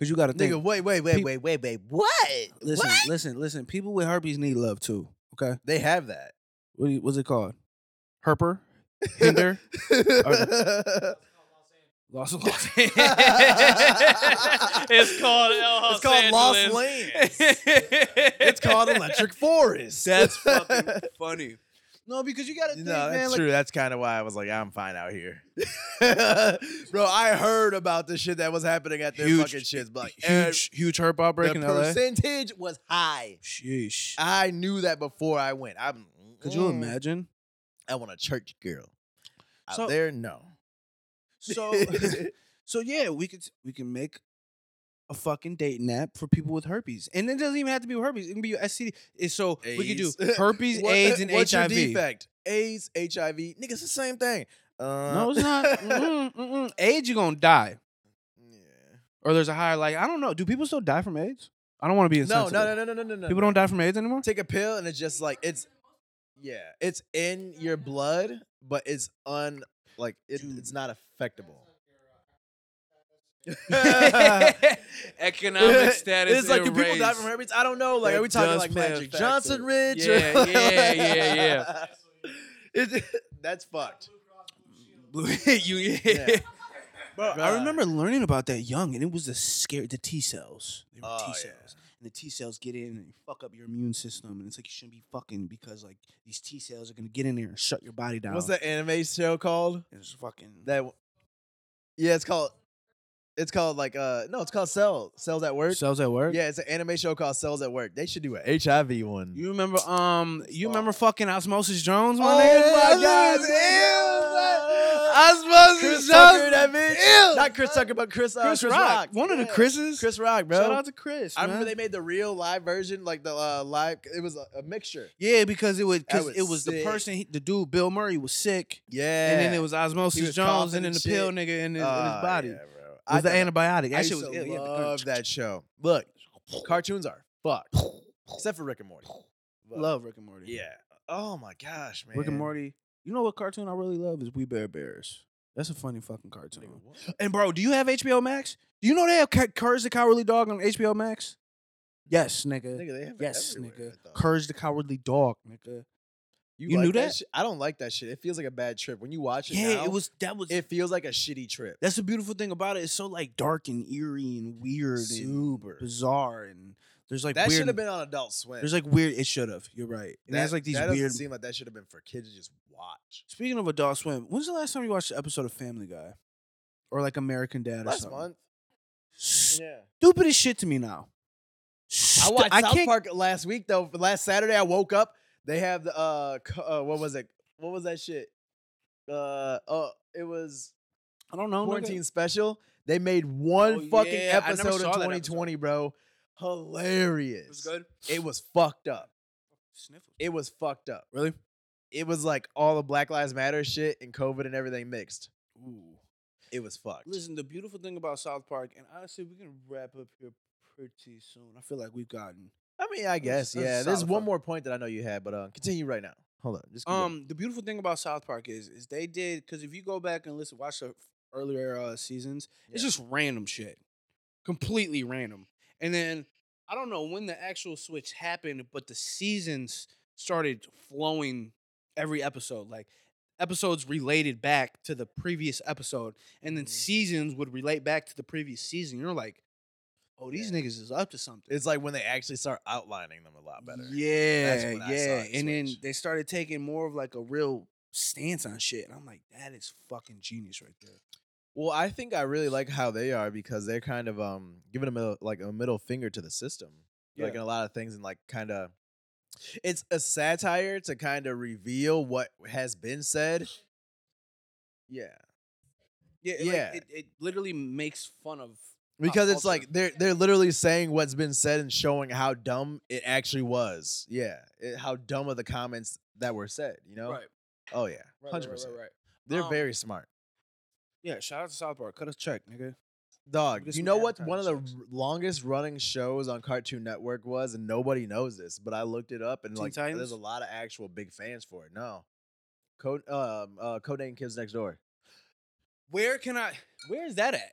Cause you got to think.
nigga, wait, wait,
Peop-
wait, wait, wait, wait, what?
[LAUGHS] listen,
What?
listen, listen. People with herpes need love too. Okay.
They have that.
What do you, what's it called? [LAUGHS] Herper. Hinder.
[LAUGHS]
Lost Los
It's [LAUGHS]
called
it's called Lost
[LAUGHS]
Lands. it's called Electric Forest.
[LAUGHS] That's fucking
[LAUGHS]
funny. No, because you gotta
No,
think,
that's
man.
true. That's kind of why I was like, I'm fine out
[LAUGHS]
here, bro. I heard about the shit that was happening at their
Huge-
fucking shits, but
Like,
like,
huge, huge herp
eh,
outbreak
the
in LA.
percentage was high.
Sheesh.
I knew that before I went. I'm.
Could you
mm,
imagine?
I want a church girl. Out
So-
there, no. [LAUGHS]
So, [LAUGHS] so yeah, we could we can make a fucking dating app for people with herpes, and it doesn't even have to be with herpes. It can be your STD. And eh, so we could do
AIDS.
herpes,
[LAUGHS] What-
AIDS, and
what's
HIV.
Your defect? AIDS, HIV, nigga, it's the same thing. Uh,
No,
[LAUGHS]
it's not. Mm-hmm. Mm-mm, mm-mm. AIDS, you're gonna die,
Yeah.
or there's a higher like I don't know. Do people still die from AIDS? I don't want to be
No,
insensitive.
no, no, no, no, no, no, no.
People don't die from
[LAUGHS]
AIDS anymore. [LAUGHS]
take a pill and it's just like it's yeah, it's in your blood, but it's un like it,
Dude.
it's not affectable.
[LAUGHS]
[LAUGHS]
Economic
it's like do people die from herpes? I don't know. Like,
That
are we talking
does
like
play a
Magic
factor.
Johnson, Rich?
Yeah, yeah, yeah,
[LAUGHS]
yeah.
It, [LAUGHS] that's fucked,
[LAUGHS] you, yeah.
Yeah.
Bro, I
God.
remember learning about that young, and it was the scare the T cells. They were
Oh,
T
yeah.
cells, and the T cells get in and fuck up your immune system, and it's like you shouldn't be fucking because like these T cells are gonna get in there and shut your body down.
What's that anime show called?
It's fucking
That yeah, it's called It's called like uh no, it's called Cells. Cells at Work.
Cells at work.
Yeah, it's an anime show called Cells at Work. They should do a HIV one.
You remember um you remember fucking Osmosis Jones
oh
my nigga?
my god,
Osmosis
ew!
Jones.
Chris
Osmosis
Tucker,
Jones.
that bitch.
Ew.
Not Chris Tucker, but Chris uh,
Chris, Rock. One of the
Yeah.
Chris's.
Chris Rock, bro.
Shout out to Chris.
I remember
man.
they made the real live version, like the uh, live. It was a, a mixture.
Yeah, because it would
That
because
was
it was the
sick.
person he, the dude Bill Murray was sick,
Yeah,
and then it was Osmosis
He was
Jones,
coughing and
and Oh, then the pill
shit.
nigga in his, in
Ah,
his body.
yeah,
It
bro.
was the
thought-
antibiotic?
I
That shit
used
was
to
ill. Yeah, the-
love that show. Look, cartoons are fuck, except for Rick and Morty. But-
Love Rick and Morty.
Yeah. Oh my gosh, man.
Rick and Morty. You know what cartoon I really love is We Bear Bears. That's a funny fucking cartoon.
Nigga, what?
And bro, do you have HBO Max? Do you know they have Ca- Courage the Cowardly Dog on HBO Max? Yes, nigga.
Nigga, they have it
yes,
everywhere,
nigga.
I thought.
Courage the Cowardly Dog, nigga. you
like
knew that?
shit? I don't like that shit. It feels like a bad trip when you watch it.
Yeah,
now,
it was that was
It feels like a shitty trip.
That's the beautiful thing about it. It's so like dark and eerie and weird
Super.
and bizarre and there's like
that
weird.
should have been on Adult Swim.
there's like weird. It should have. You're right. And
that,
there's like these
that
weird.
doesn't seem like that should have been for kids to just watch.
Speaking of Adult Swim, when's the last time you watched an episode of Family Guy or like American Dad? or
Last
something?
month. Yeah.
Stupid as shit to me now.
I
Stu-
watched South
can't-
Park last week though. Last Saturday, I woke up. They have the uh, co- uh what was it? What was that shit? Uh oh, it was
I don't know. Oh, nigga.
quarantine special. They made one
Oh,
fucking
yeah, I never
episode
saw
of
that
2020, bro. Hilarious.
It was good.
It was fucked up.
Sniffles.
It was fucked up.
Really?
It was like all the Black Lives Matter shit and COVID and everything mixed.
Ooh.
It was fucked.
Listen, the beautiful thing about South Park, and honestly, we can wrap up here pretty soon. I feel like we've gotten
I mean, I guess
that's
yeah. There's
solid
one
fun.
more point that I know you had, but uh, continue right now. Hold on, just keep going.
Um, the beautiful thing about South Park is, is they did because if you go back and listen, watch the f- earlier uh, seasons, it's
Yeah.
just random shit, completely random. And then I don't know when the actual switch happened, but the seasons started flowing every episode, like episodes related back to the previous episode, and then
Mhm.
seasons would relate back to the previous season. You're like, oh, these
Yeah.
niggas is up to something.
It's like when they actually start outlining them a lot better.
Yeah,
when I saw
yeah.
it
And then
switch.
they started taking more of like a real stance on shit, and I'm like, that is fucking genius right there.
Well, I think I really like how they are because they're kind of um giving them a, like a middle finger to the system, like in
Yeah.
a lot of things, and like kind of it's a satire to kind of reveal what has been
[SIGHS]
said. Yeah,
Yeah,
it, like, Yeah.
it, it literally makes fun of.
because it's
culture.
like they're they're literally saying what's been said and showing how dumb it actually was. Yeah, it, how dumb of the comments that were said. You know? Oh yeah, hundred percent. They're
Um,
very smart.
Yeah, shout out to South Park. Cut us check, nigga.
Dog,
This
you
was
know what one of the
advertising
r- longest running shows on Cartoon Network was, and nobody knows this, but I looked it up and
Teen
like
Titans?
there's a lot of actual big fans for it. No. Code um uh Codename Kids Next Door.
Where can I? Where is that at?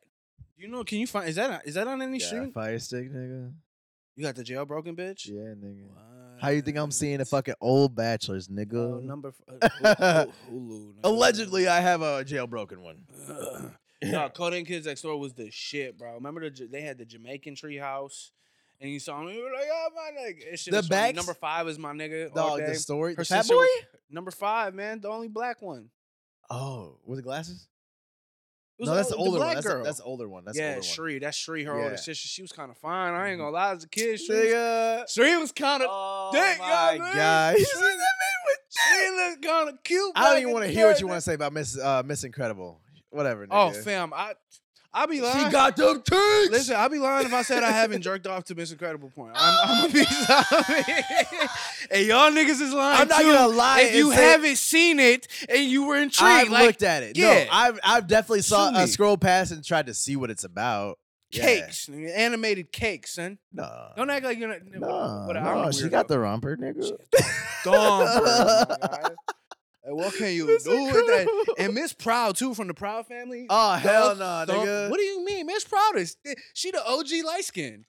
You know, can you find? Is that on, is that on any
Yeah,
streaming?
fire stick, nigga.
You got the jailbroken bitch.
Yeah, nigga. How you think I'm seeing the fucking old bachelors, nigga?
Oh, number [LAUGHS] f- uh, Hulu, Hulu, nigga.
Allegedly I have a jailbroken
[LAUGHS]
one.
Ugh. [LAUGHS] no, Coda and Kids Next Door was the shit, bro. Remember the J- they had the Jamaican tree house, and you saw me. You were like, oh my nigga, It's shit
The
was funny.
backs-
number five is my nigga. all
Dog,
day.
the story.
Her
the Fat
sister
boy?
was- number five, man, the only black one.
Oh, with the glasses?
It was
no, that's the
old-
older one.
black
That's,
girl.
The, that's the older one. That's the
yeah,
older one.
Shree. That's Shree, her
Yeah.
older sister. She was kind of fine. I ain't
Mhm.
gonna lie, as a kid, Shree was,
Nigga.
Shree was kind of.
Oh
dick,
my
God. [LAUGHS]
gosh.
She looked kind of cute.
I
back
don't even
in
want to
the
hear what
day,
you want to
nigga.
say about Miss uh, Miss Incredible. Whatever.
Oh,
nigga.
fam, I, I be lying.
she got them cheeks.
Listen, I'd be lying if I said I [LAUGHS] haven't jerked off to Miss Incredible Point. I'm, [LAUGHS] I'm a piece of And y'all niggas is
[LAUGHS]
lying.
I'm not
too.
gonna lie.
If you
and say
haven't seen it and you were intrigued,
I've
like,
looked at it.
yeah.
No, I've I've definitely saw
Sue
a
me.
scroll past and tried to see what it's about. Yeah.
cakes, nigga, animated cakes, son.
No.
Don't act like you're not.
No,
what,
no, she got the romper, nigga.
[LAUGHS] dumb. what can you
Miss
do with that?
Incredible.
And Miss Proud too from the Proud family.
oh hell
Thump,
no,
thump.
nigga.
What do you mean, Miss Proud is eh, she the OG light skin?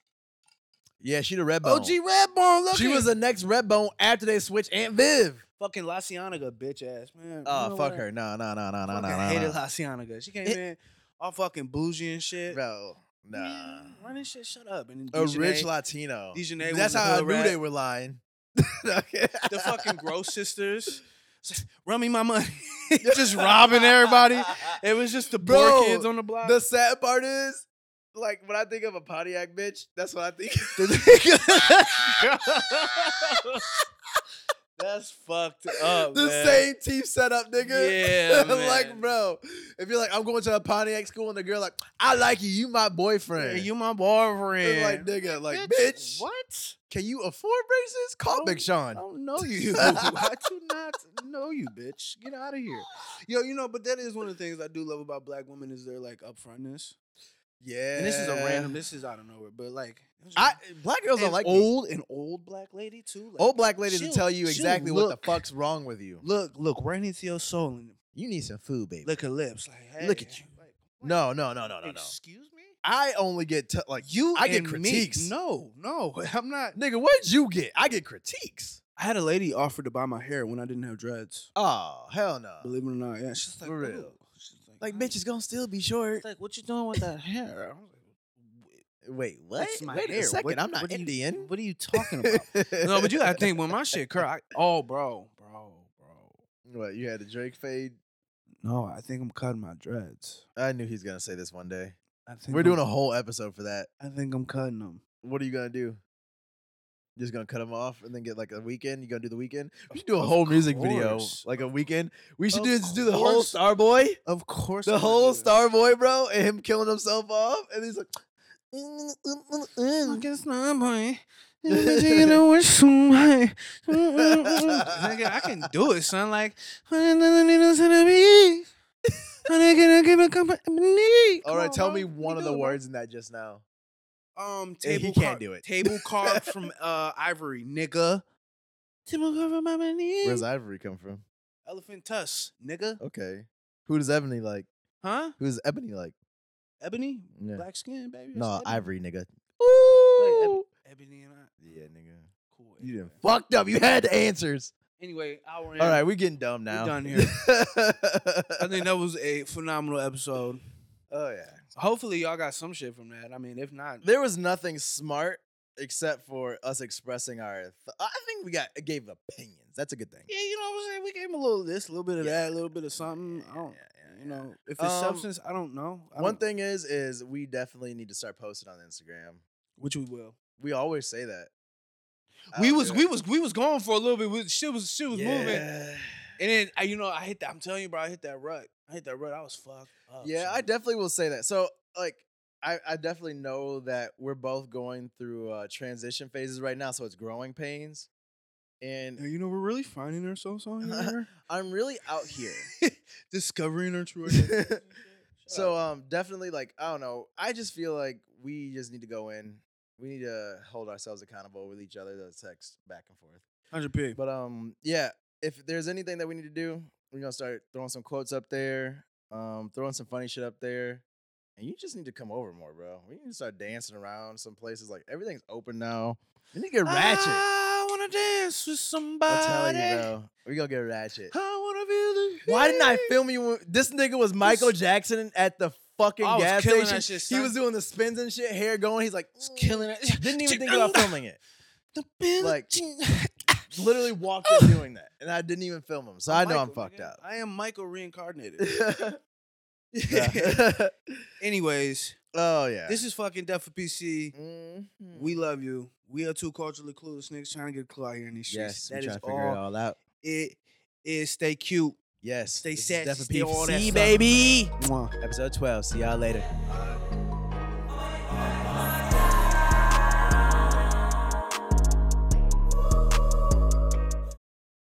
yeah, she the red bone.
OG Redbone. Look
she
at-
was the next red bone after they switched Aunt Viv.
fucking La Cienega bitch ass, man. You
Oh
know
fuck
what?
her. No, no, no, no, no, no,
Fucking
no.
hated
no.
La Cienega. She came
It-
in all fucking bougie and shit.
Bro, nah.
Man, running shit, shut up. And
A rich
like
Latino.
Dejanay was
That's
a
how I
hood
knew
rat.
they were lying. [LAUGHS]
the fucking gross sisters. Run me my [LAUGHS] money. just robbing everybody. It was just the poor
Bro,
[LAUGHS] kids on the block.
The sad part is like when I think of a Pontiac bitch, that's what I think. [LAUGHS]
That's fucked up.
[LAUGHS] the
man.
same team setup, nigga.
Yeah,
[LAUGHS] like,
man.
bro, if you're like, I'm going to a Pontiac school, and the girl like, I like you, you my boyfriend.
Yeah, you my
It's
boyfriend.
like, nigga, like, bitch,
What?
can you afford braces? Call
Oh,
Big Sean.
I don't know [LAUGHS] you. I do not know you, bitch. Get out of here. Yo, you know, but that is one of the things I do love about black women is their like upfrontness.
Yeah,
And this is a random. This is out of nowhere, but like,
I black girls
an
don't like me.
old and old black lady too. Like,
old black ladies to
she'll-
tell you
she'll
exactly what
look.
the fuck's wrong with you.
look, look right into your soul and
You need some food, baby.
lick her lips. Like, hey,
Look at you.
Like, what?
no, no, no, no, no, no.
Excuse me.
I only get t- like you. I get
and me-
critiques.
No, no, [LAUGHS] I'm not.
Nigga, what'd you get? I get critiques.
I had a lady offer to buy my hair when I didn't have dreads.
Oh, hell no.
Believe it or not, yeah. She's like,
For real.
"Ooh." Uh. She's
Like,
"I-
bitch, it's gonna still be short.
She's like, what you doing with that hair? I was like,
Wait, what?
"That's my
Wait
hair.
a second,
What-
I'm not
what are you-
Indian.
what are you talking about? [LAUGHS]
[LAUGHS]
no, but you gotta think when my shit curl. I, oh, bro, bro, bro.
What, you had a Drake fade?
No, I think I'm cutting my dreads.
I knew he was gonna say this one day.
I think
We're
I'm-
doing a whole episode for that.
I think I'm cutting them.
What are you gonna do? Just gonna cut him off and then get like a weekend. You gonna do the weekend? We should do a
Of
whole music video,
course.
like a weekend. We should
Of
do, just do the whole
course.
Star Boy,
Of course,
the whole Star Boy, bro, and him killing himself off, and he's like,
I guess not,
[LAUGHS]
boy.
You
you
know
know what's Nigga,
[LAUGHS]
I
I
can do it, son. Like, I'm gonna give a company.
[SNIFFS] "All right, tell me one of the words in that just now."
Um,
Yeah, he
table
can't
car-
do it.
Table
[LAUGHS]
carved from uh ivory, nigga. Table carved from ivory.
Where's Ivory come from?
Elephant tusk, nigga.
Okay, who does Ebony like?
Huh?
Who's Ebony like?
Ebony,
Yeah.
black skin, baby.
No,
That's
Ivory, nigga.
Ebony.
Ooh.
Ebony and I.
Yeah, nigga.
Cool.
You
anyway.
didn't fucked up. You had the answers.
Anyway, hour.
All right, we getting dumb
We're
now. [LAUGHS]
done here. I think that was a phenomenal episode.
oh yeah.
Hopefully, y'all got some shit from that. I mean, if not,
There was nothing smart except for us expressing our. Th- I think we got gave opinions. That's a good thing.
yeah, you know what I'm saying. We gave him a little of this, a little bit of
Yeah.
that, a little bit of something. I don't,
yeah,
you know, if it's
Um,
substance, I don't know. I
One
don't-
thing is, is we definitely need to start posting on Instagram.
which we will.
We always say that. I
we
don't
was
do
we
that.
was we was going for a little bit. We, shit was shit was moving, and
Yeah.
then I, you know I hit that. I'm telling you, bro, I hit that rut. I hit that rut. I was fucked up.
Yeah, I
son.
definitely will say that. So, like, I, I definitely know that we're both going through uh, transition phases right now, so it's growing pains.
Now,
And
you know, we're really finding ourselves [LAUGHS] on here,
I'm really out [LAUGHS] here.
discovering our true. identity. [LAUGHS] Shut
so,
up.
um, definitely, like, I don't know. I just feel like we just need to go in. We need to hold ourselves accountable with each other. The text back and forth.
hundred p.
But um, yeah, if there's anything that we need to do, we're gonna start throwing some quotes up there, um, throwing some funny shit up there. And you just need to come over more, bro. We need to start dancing around some places. Like everything's open now. We need to get ratchet.
I wanna dance with somebody.
I'm telling you, bro. We gonna get ratchet.
I wanna feel the.
Why didn't I
heat.
film you? When, this nigga was Michael
This- Oh,
Jackson at the fucking
I was
gas
killing
station.
that shit,
he
son.
was doing the spins and shit, hair going. He's like, "Mm."
was killing it.
Didn't
[LAUGHS]
even think about filming it.
filming. [LAUGHS]
Like, Literally walked in doing that, and I didn't even film him. So I know I'm fucked up.
I am Michael reincarnated.
[LAUGHS]
[LAUGHS]
Yeah.
Anyways,
[LAUGHS] oh yeah. Mm.
this is fucking Death for PC. We
Mm-hmm.
We
love you. We are two culturally clueless niggas trying to get a clue out here in these
yes,
streets.
we're
that
trying
is
to figure it
all.
all out.
It is. Stay cute.
Yes,
Stay
this is
sexy.
Death
Stay
and
all that
PC,
stuff.
baby.
Mwah.
Episode twelve. See y'all later.
All right.